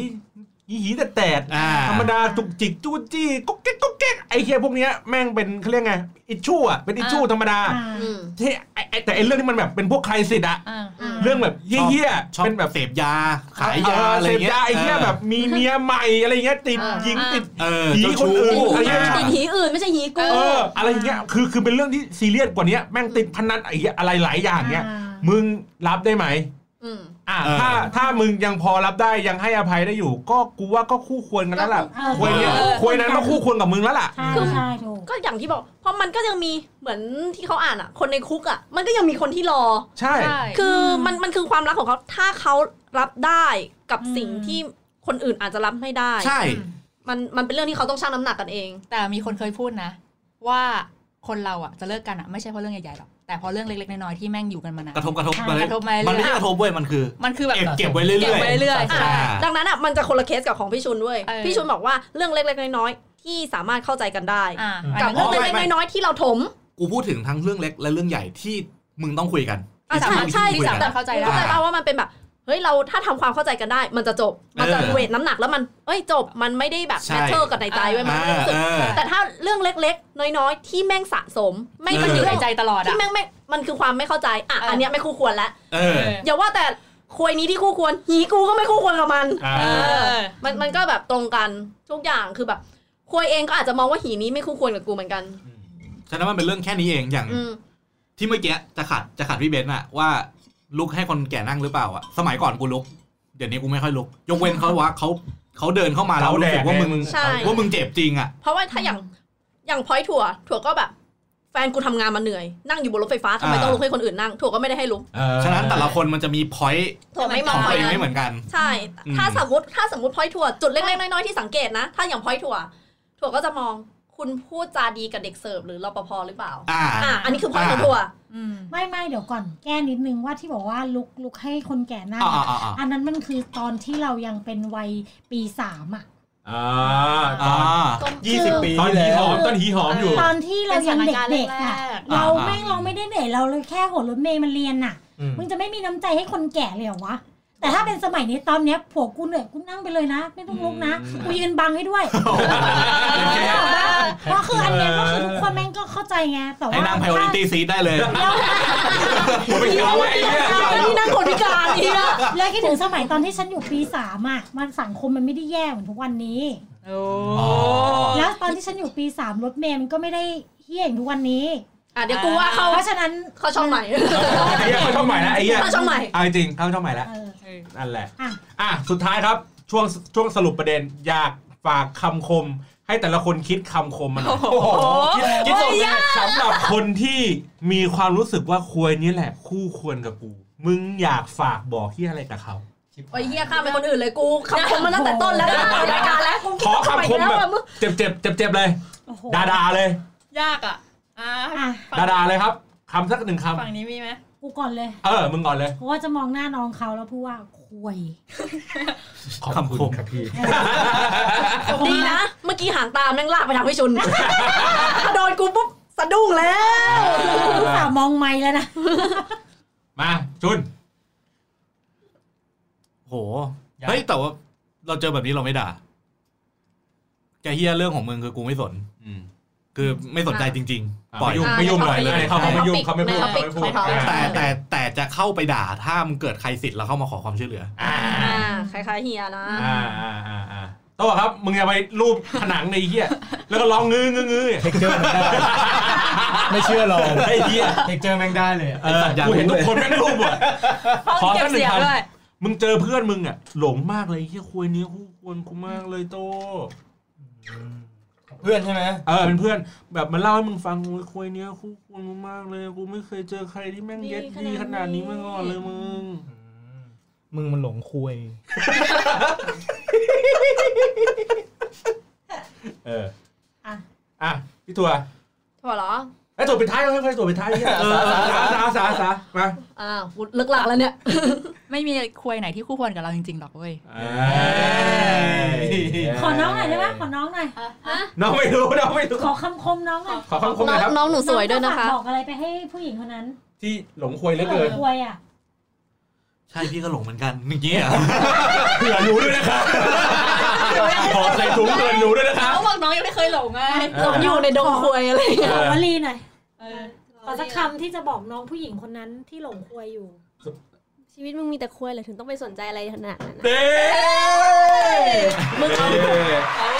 ยี่หีแต่แตด อ่า ธรรมดาจุกจิกจู้จี้กุ๊กเก๊กกุ๊กเก๊กไอ้เฮียพวกเนี้ยแม่งเป็นเขาเรียกไงอิชชู่อ่ะเป็นอิชชู่ธรรมดา อ่า อืม ที่ไอ้ไอ้แต่ไอ้เรื่องนี้มันแบบเป็นพวกใครสิทธิ์อ่ะ อ่า อืม เรื่องแบบเฮี้ย ชอๆบเป็นแบบ เสพยา ขายยาอะไร เสพ เงี้ย ยาไอ้เฮี้ยแบบมีเมียใหม่อะไรเงี้ยติด อ่า หญิง อ่า ติด เออ ผี เจ้าชู้ คนอื่นอะไรเงี้ยอะไรติดหีอื่นไม่ใช่หีกู เอออะไรอย่างเงี้ยคือคือเป็นเรื่องที่ซีเรียสกว่านี้แม่งติดพนันไอ้เหี้ยอะไรหลายอย่างเงี้ย มึงรับได้ไหม อืม อ่าถ้าถ้ามึงยังพอรับได้ยังให้อภัยได้อยู่ ก็กูว่าก็คู่ควรกันแล้วล่ะ เออ ควยเนี้ย เออ ควยนั้นก็คู่ควรกับมึงแล้วล่ะ ใช่ใช่ถูก ก็อย่างที่บอก เพราะมันก็ยังมีเหมือนที่เขาอ่านอ่ะ คนในคุกอ่ะ มันก็ยังมีคนที่รอ ใช่ คือมันมันคือความรักของเขาถ้าเขารับได้กับสิ่งที่คนอื่นอาจจะรับไม่ได้ ใช่ อืม มันมันเป็นเรื่องที่เขาต้องชั่งน้ำหนักกันเอง แต่มีคนเคยพูดนะ ว่า คนเราอ่ะจะเลิกกันอ่ะไม่ใช่เพราะเรื่องใหญ่ๆหรอกแต่เพราะเรื่องเล็กๆน้อยๆที่แม่งอยู่กันมานาน กระทบกระทบ กระทบมาเรื่อย มันไม่ใช่กระทบเว้ยมันคือ มันคือแบบ เก็บเก็บไว้เรื่อยๆ เก็บไว้เรื่อยๆ ใช่ ดังนั้นอ่ะมันจะคนละเคสกับของพี่ชุนด้วย เออ พี่ชุนบอกว่าเรื่องเล็กๆน้อยๆที่สามารถเข้าใจกันได้ อ่า กั กั บบเรื่องเล็กๆน้อยๆที่เราถม กูพูดถึงทั้งเรื่องเล็กและเรื่องใหญ่ที่มึงต้องคุยกัน อ่ะใช่ใช่ ที่มึงคุย า กั มาร น ถเข้าใจได้ เข้าใจป่าว่ามันเป็นแบบเฮ้ยเราถ้าทำความเข้าใจกันได้ มันจะจบมันจะ เออ เวทน้ำหนักแล้วมันเอ้ยจบมันไม่ได้แบบ ใช่ แมทเทอร์กับในใจไว้ยมันไม่ได้รู้สึก เออ แต่ถ้าเรื่องเล็กๆ น้อยๆ ที่แม่งสะสม ไม่ เ มันอยู่ เรื่ ใน อง ใจตลอดอ่ะ ที่แม่งไม่มันคือความไม่เข้าใจอ่ะ เอออั อันเนี้ยไม่คู่ควรละ เออ อย่าว่าแต่ควยนี้ที่คู่ควรหีกูก็ไม่คู่ควรกับมัน อ่า เออ มันมันก็แบบตรงกันทุกอย่างคือแบบควยเองก็อาจจะมองว่าหีนี้ไม่คู่ควรกับกูเหมือนกัน ฉะนั้นมันเป็นเรื่องแค่นี้เองอย่าง อืม ที่เมื่อกี้จะขัดจะขัดพี่เบนซ์อะว่าลุกให้คนแก่นั่งหรือเปล่าอะสมัยก่อนกูลุก เดี๋ยวนี้กูไม่ค่อยลุก ยกเว้นเขาว่าเขาเขาเดินเข้ามาแล้ว แด รู้สึ ก กว่ามึง ไ ใช่ ว่ามึงเจ็บจริงอะ เพราะว่าถ้าอย่างอย่างพอยถั่ว ถั่วก็แบบ แฟนกูทำงานมาเหนื่อย นั่งอยู่บนรถไฟฟ้าทำไมต้องลุกให้คนอื่นนั่งถั่วก็ไม่ได้ให้ลุก เออ ฉะนั้นแต่ละคนมันจะมีพอยต์ ถั่วไม่ขมอ อง ง พ ตั อ วย เอง นั้น ไม่เหมือนกัน ใช่ อืม ถ้าสมมติ ถ้าสมมติพอยถั่ว จุดเล็กๆ น้อยๆ ที่สังเกตนะ ถ้าอย่างพอยถั่ว ถั่วก็จะมอง คุณพูดจาดีกับเด็กเสิร์ฟหรือรปภหรือเปล่า อ่า อ่ะ อันนี้คือพอยของถั่ว อืม ไม่ไม่เดี๋ยวก่อนแก้นิดนึงว่าที่บอกว่าลุกลุกให้คนแก่นั่ง อ่า อะ อ่าอ่า อันนั้นมันคือตอนที่เรายังเป็นวัยปีสามอ่ะ อ่าต อ่ อนา ยี่สิบปี ตอน ที่ หี แล้ ห ว อมตอนหีหอมอยู่ ตอนที่เรายังเด็กๆเป็นสถานการณ์แรอ่ะกๆ เรา อ่า แม่งเราไม่ได้เหนื่อยเราเลยแค่หัวรถเมย์มันเรียนอ่ะ อืม มึงจะไม่มีน้ำใจให้คนแก่เลยเหรอวะ แต่ถ้าเป็นสมัยนี้ตอนเนี้ยผัวกูเหนื่อยกูนั่งไปเลยนะ ไม่ต้องลุกนะ อืม กูยืนบังให้ด้วยเพราะคืออันเนี้ยก็คือทุกคนแม่งก็เข้าใจไงแต่ ให้ ว่า นั่ง priority seat ได้เลย ผมเป็นเขาไอ้เนี่ย แล้วนี่นั่งคนพิการอีกอะ แล้วคิดถึงสมัยตอนที่ฉันอยู่ปีสามอ่ะมันสังคมมันไม่ได้แย่เหมือนทุกวันนี้ แล้วตอนที่ฉันอยู่ปีสามรถเมล์มันก็ไม่ได้เฮี้ยอย่างทุกวันนี้ อ่ะ เดี๋ยวกูว่าเขา เพราะฉะนั้น เขาช่องใหม่ ไอ้เหี้ยเข้าช่องใหม่แล้วไอ้เหี้ย เข้าช่องใหม่ เอาจริงเข้าช่องใหม่แล้ว เออ นั่นแหละ อ่ะ อ่ะ สุดท้ายครับ ช่วง ช่วงสรุปประเด็น อยากฝากคำคม ให้แต่ละคนคิดคำคมมาหน่อยคิดคิดส่งเลยสำหรับคนที่มีความรู้สึกว่าควรนี้แหละ คู่ควรกับกู มึงอยากฝากบอกที่อะไรกับเขา โอ้ยเฮียข้ามไปคนอื่นเลยกูคำคมมาตั้งแต่ต้นแล้วนะในรายการแล้วกู ขอ ดว่า คำคม ทำแบไแล้วบ อะง เจ็บเจ็บเจ็บเจ็บเลย โอ้โห ดาดาเลย ยากอ่ะอ่า อ่ะ ดาดาเลยครับคำสักหนึ่งค ฝั่งนี้มีไหม กูก่อนเลย ำเออ มึงก่อนเลย เพราะว่าจะมองหน้าน้องเขาแล้วพูดว่าคุย ขอบคุณครับพี่ ดีนะ เมื่อกี้หางตาแม่งลากไปทางพี่ชุน ถ้าโดนกูปุ๊บสะดุ้งแล้ว ลูกสาวมองไม่แล้วนะ มาจุน โห เฮ้ย แต่ว่าเราเจอแบบนี้เราไม่ด่า แกเฮียเรื่องของมึงคือกูไม่สน คือไม่สนใจจริง ๆ ป ปล่ ล่ อ อย ย ยุ่งไม่ยุ่งหน่อยเลยเขาไม่ยุ่งเขาไม่พูดเขาไม่พูด แต่แต่แต่จะเข้าไปด่าถ้ามึงเกิดใครสิทธิ์แล้วเข้ามาขอความช่วยเหลือ อ่า อ่าคล้ายๆเฮียนะ อ่าอ่าอ่าอ่าโต้ครับ มึงอย่าไปรูปผนังในเหี้ย แล้วก็ร้องงื้องื้องื้อ เทคเจอร์มันได้ไม่เชื่อลอง ไอ้เหี้ย เทคเจอร์แม่งได้เลย เออกูเห็นทุกคนแม่งรูป หมด ขอ เก็ สักหบนึ่ง เสียง คำ ด้วย มึงเจอเพื่อนมึงอ่ะ หลงมากเลยเหี้ยควยเนี้ยคู่ควรกูมากเลยโต เพื่อนใช่ไหม เออเป็นเพื่อนแบบมันเล่าให้มึงฟังโอ้ยควยเนี้ยคู่ควรกูมากเลย กูไม่เคยเจอใครที่แม่งเย็ดดีขนาดนี้มาก่อนเลยมึง มึงมันหลงคุย เออ อ่ะ อ่ะพี่ตัว ถั่วเหรอ ไอ้ยตัวปิดท้ายเอาให้พี่ตัวปิดท้าย เนี่ยเออสาสาสาสามา อ้าวกูเลิกหลักแล้วเนี่ย ไม่มีควยไหนที่คู่ควรกับเราจริงๆหรอกเว้ย เอ้ย ขอน้องหน่อยได้ไหมขอน้องหน่อย น้องไม่รู้น้องไม่รู้ ขอคำคมน้องหน่อย ขอคำคมห น้ น่อง ยคอรับ น้องหนูสวยด้วยนะคะ องจฝากบอกอะไรไปให้ผู้หญิงคนนั้น ที่หลงควยเหลือเกิน อวยอ่ะ ใช่พี่ก็หลงเหมือนกันอย่างเงี้ย เผื่อหนูด้วยนะคะขอใส่ถุงเผื่อหนูด้วยนะคะ เขาบอกน้องยังไม่เคยหลงไง หลงอยู่ในดงควยอะไรอย่างเงี้ย ขอวลีหน่อยขอสักคำที่จะบอกน้องผู้หญิงคนนั้นที่หลงควยอยู่ ชีวิตมึงมีแต่ควยเลยถึงต้องไปสนใจอะไรขนาดนั้น เด้ มึงเอา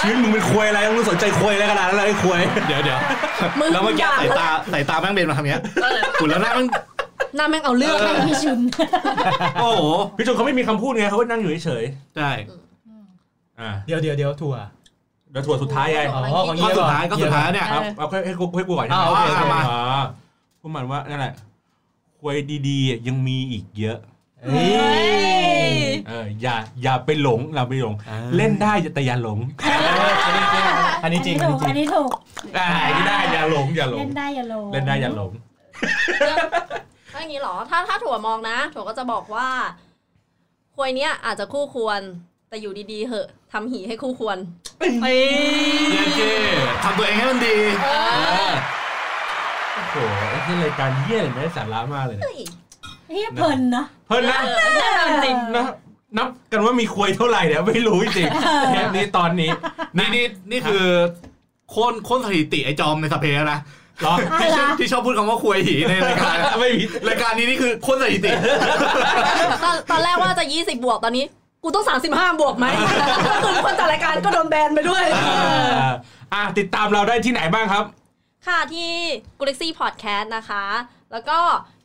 ชีวิตมึงเป็นควยอะไรมึงสนใจควยอะไรขนาดนั้นเลยควยเดี๋ยวเดี๋ยว มึง แล้วเมื่อกี้ ย่า สายตาสายตาแม่งเป็นมาทางเนี้ยขุนแล้วหน้าแม่ง หน้าแม่งเอาเรื่อง ไม่มีชุน โอ้โห พี่จุนเขาไม่มีคำพูดไงเขาก็นั่งอยู่เฉย ใช่ ๆอ่า เดี๋ยวเดี๋ยวเดี๋ยวถั่ว เดี๋ยวถั่วสุดท้ายไง อ๋อของ ก็ เยี่ยม สุดท้ายก็สุดท้ายเนี่ย ครับเอาให้ให้กูให้กูก่อน อ่าโอเคโอเค มาพูดมันว่านั่นแหละควยดีๆ ยังมีอีกเยอะ เฮ้ย เฮ้ย เอออย่าอย่าไปหลงเราไปหลง เล่นได้แต่อย่าหลง อันนี้จริง ถูกอันนี้ถูก อ่าไม่ได้อย่าหลงอย่าหลง เล่นได้อย่าโล เล่นได้อย่าหลง ถ้าอย่างนี้เหรอ ถ้าถ้าถั่วมองนะ ถั่วก็จะบอกว่าควยเนี้ยอาจจะคู่ควร แต่อยู่ดีๆเหอะทำหีให้คู่ควร เอ้ย เย้เจ้ทำตัวเองให้มันดี โอ้โหไอ้ที่รายการเยี่ยเลยไม่ได้สาระมากเลยนะ เฮียเพลินเนาะ เพิ่นนะ จริง นะนับกันว่ามีควยเท่าไหร่เนี่ยไม่รู้จริงๆเทปนี้ตอนนี้ นี่นี่นี่คือโค่นโค่นสถิติไอ้จอมในสเปรย์แล้วนะ เหรอ ที่ชอบ อะไรนะ ที่ชอบพูดคำว่าควยหีในรายการ ไม่มี รายการนี้นี่คือโค่นสถิติ ตอนตอนแรกว่าจะ 20 บวกตอนนี้ กูต้อง 35 บวกไหมคือคนจัดรายการก็โดนแบนไปด้วย เอ่ออ่ะติดตามเราได้ที่ไหนบ้างครับ ค่ะที่ Galaxy Podcast นะคะ แล้วก็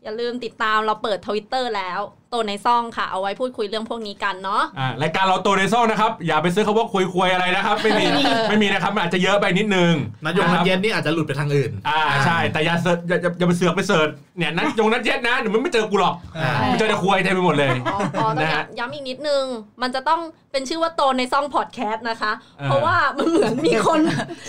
อย่าลืมติดตามเราเปิด Twitter แล้ว โตในซ่องค่ะ เอาไว้พูดคุยเรื่องพวกนี้กันเนาะ อ่ะรายการเราโตในซ่องนะครับ อย่าไปซื้อคำว่าคุยๆอะไรนะครับ ไม่มีไม่มีนะครับมันอาจจะเยอะไปนิดนึง นายง ะค มั รั น บ เย็นนี่อาจจะหลุดไปทางอื่น อ่าใช่แต่อย่าเสิร์ชอย่าอย่าอย่าไปเสือกไปเสิร์ชเนี่ยนัดยงนัดเย็ดนะเดี๋ยวมันไม่เจอกูหรอก อ่า มันเจอแต่คุยเต็มไปหมดเลย อ๋ออ๋อต้อง นะฮะ ย้ำอีกนิดนึง มันจะต้องเป็นชื่อว่าโตในซ่องพอดแคสต์นะคะ เออ เพราะว่ามันเหมือนมีคน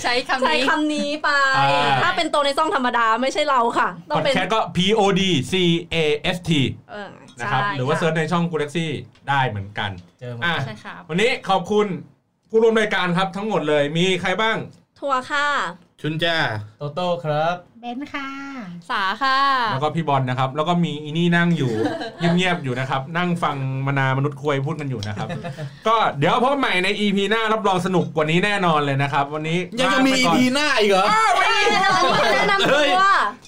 ใช้คำ ใช้ นี้ คำนี้ไป อ่า ถ้าเป็นโตในซ่องธรรมดาไม่ใช่เราค่ะ ต้อ พอง ด เป็น แคสต์ก็ P O D C A S T เออ นะครับ ใช่ หรือว่า ค่ะ เซิร์ชในช่องกูแท็กซี่ได้เหมือนกัน เจอหมด อ่ะ ใช่ครับ วันนี้ขอบคุณผู้ร่วมรายการครับทั้งหมดเลยมีใครบ้าง ทัวร์ค่ะ ชุนจ้า โตโต้ครับ เบนค่ะ สาค่ะ แล้วก็พี่บอลนะครับ แล้วก็มีอีนี่นั่งอยู่ เงียบๆอยู่นะครับ นั่งฟังมนามนุษย์คุยพูดกันอยู่นะครับ ก็เดี๋ยวพบใหม่ใน EP หน้ารับรองสนุกกว่านี้แน่นอนเลยนะครับ วันนี้ ยังจะมี ลาไป อี ก่อน พีหน้าอีกเหรอ แนะนำตัว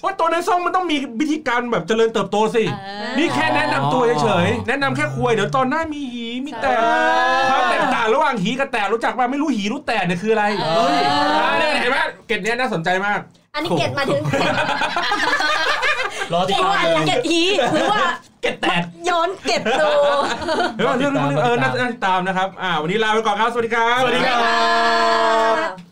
ว่าตัวในซ่องมันต้องมีวิธีการแบบเจริญเติบโตสิ นี่แค่แนะนำตัวเฉยๆแนะนำแค่คุยเดี๋ยวตอนหน้ามีหีมีแต่ความแตกต่างระหว่างหีกับแต่รู้จักป่ะไม่รู้หีรู้แต่เนี่ยคืออะไรเฮ้ยอ่าเนี่ยเห็นไหมเกตเนี้ยน่าสนใจมาก อันนี้เกตมาถึง รอติด เกต ตาม ว่า เลย เกตอีหรือว่า เกตแตก ย้อนเกตดู เดี๋ยวเรื่องเรื่องเออน่าติดตามนะครับอ่าวันนี้ลาไปก่อนครับสวัสดีครับ สวัสดีครับ Obrigado.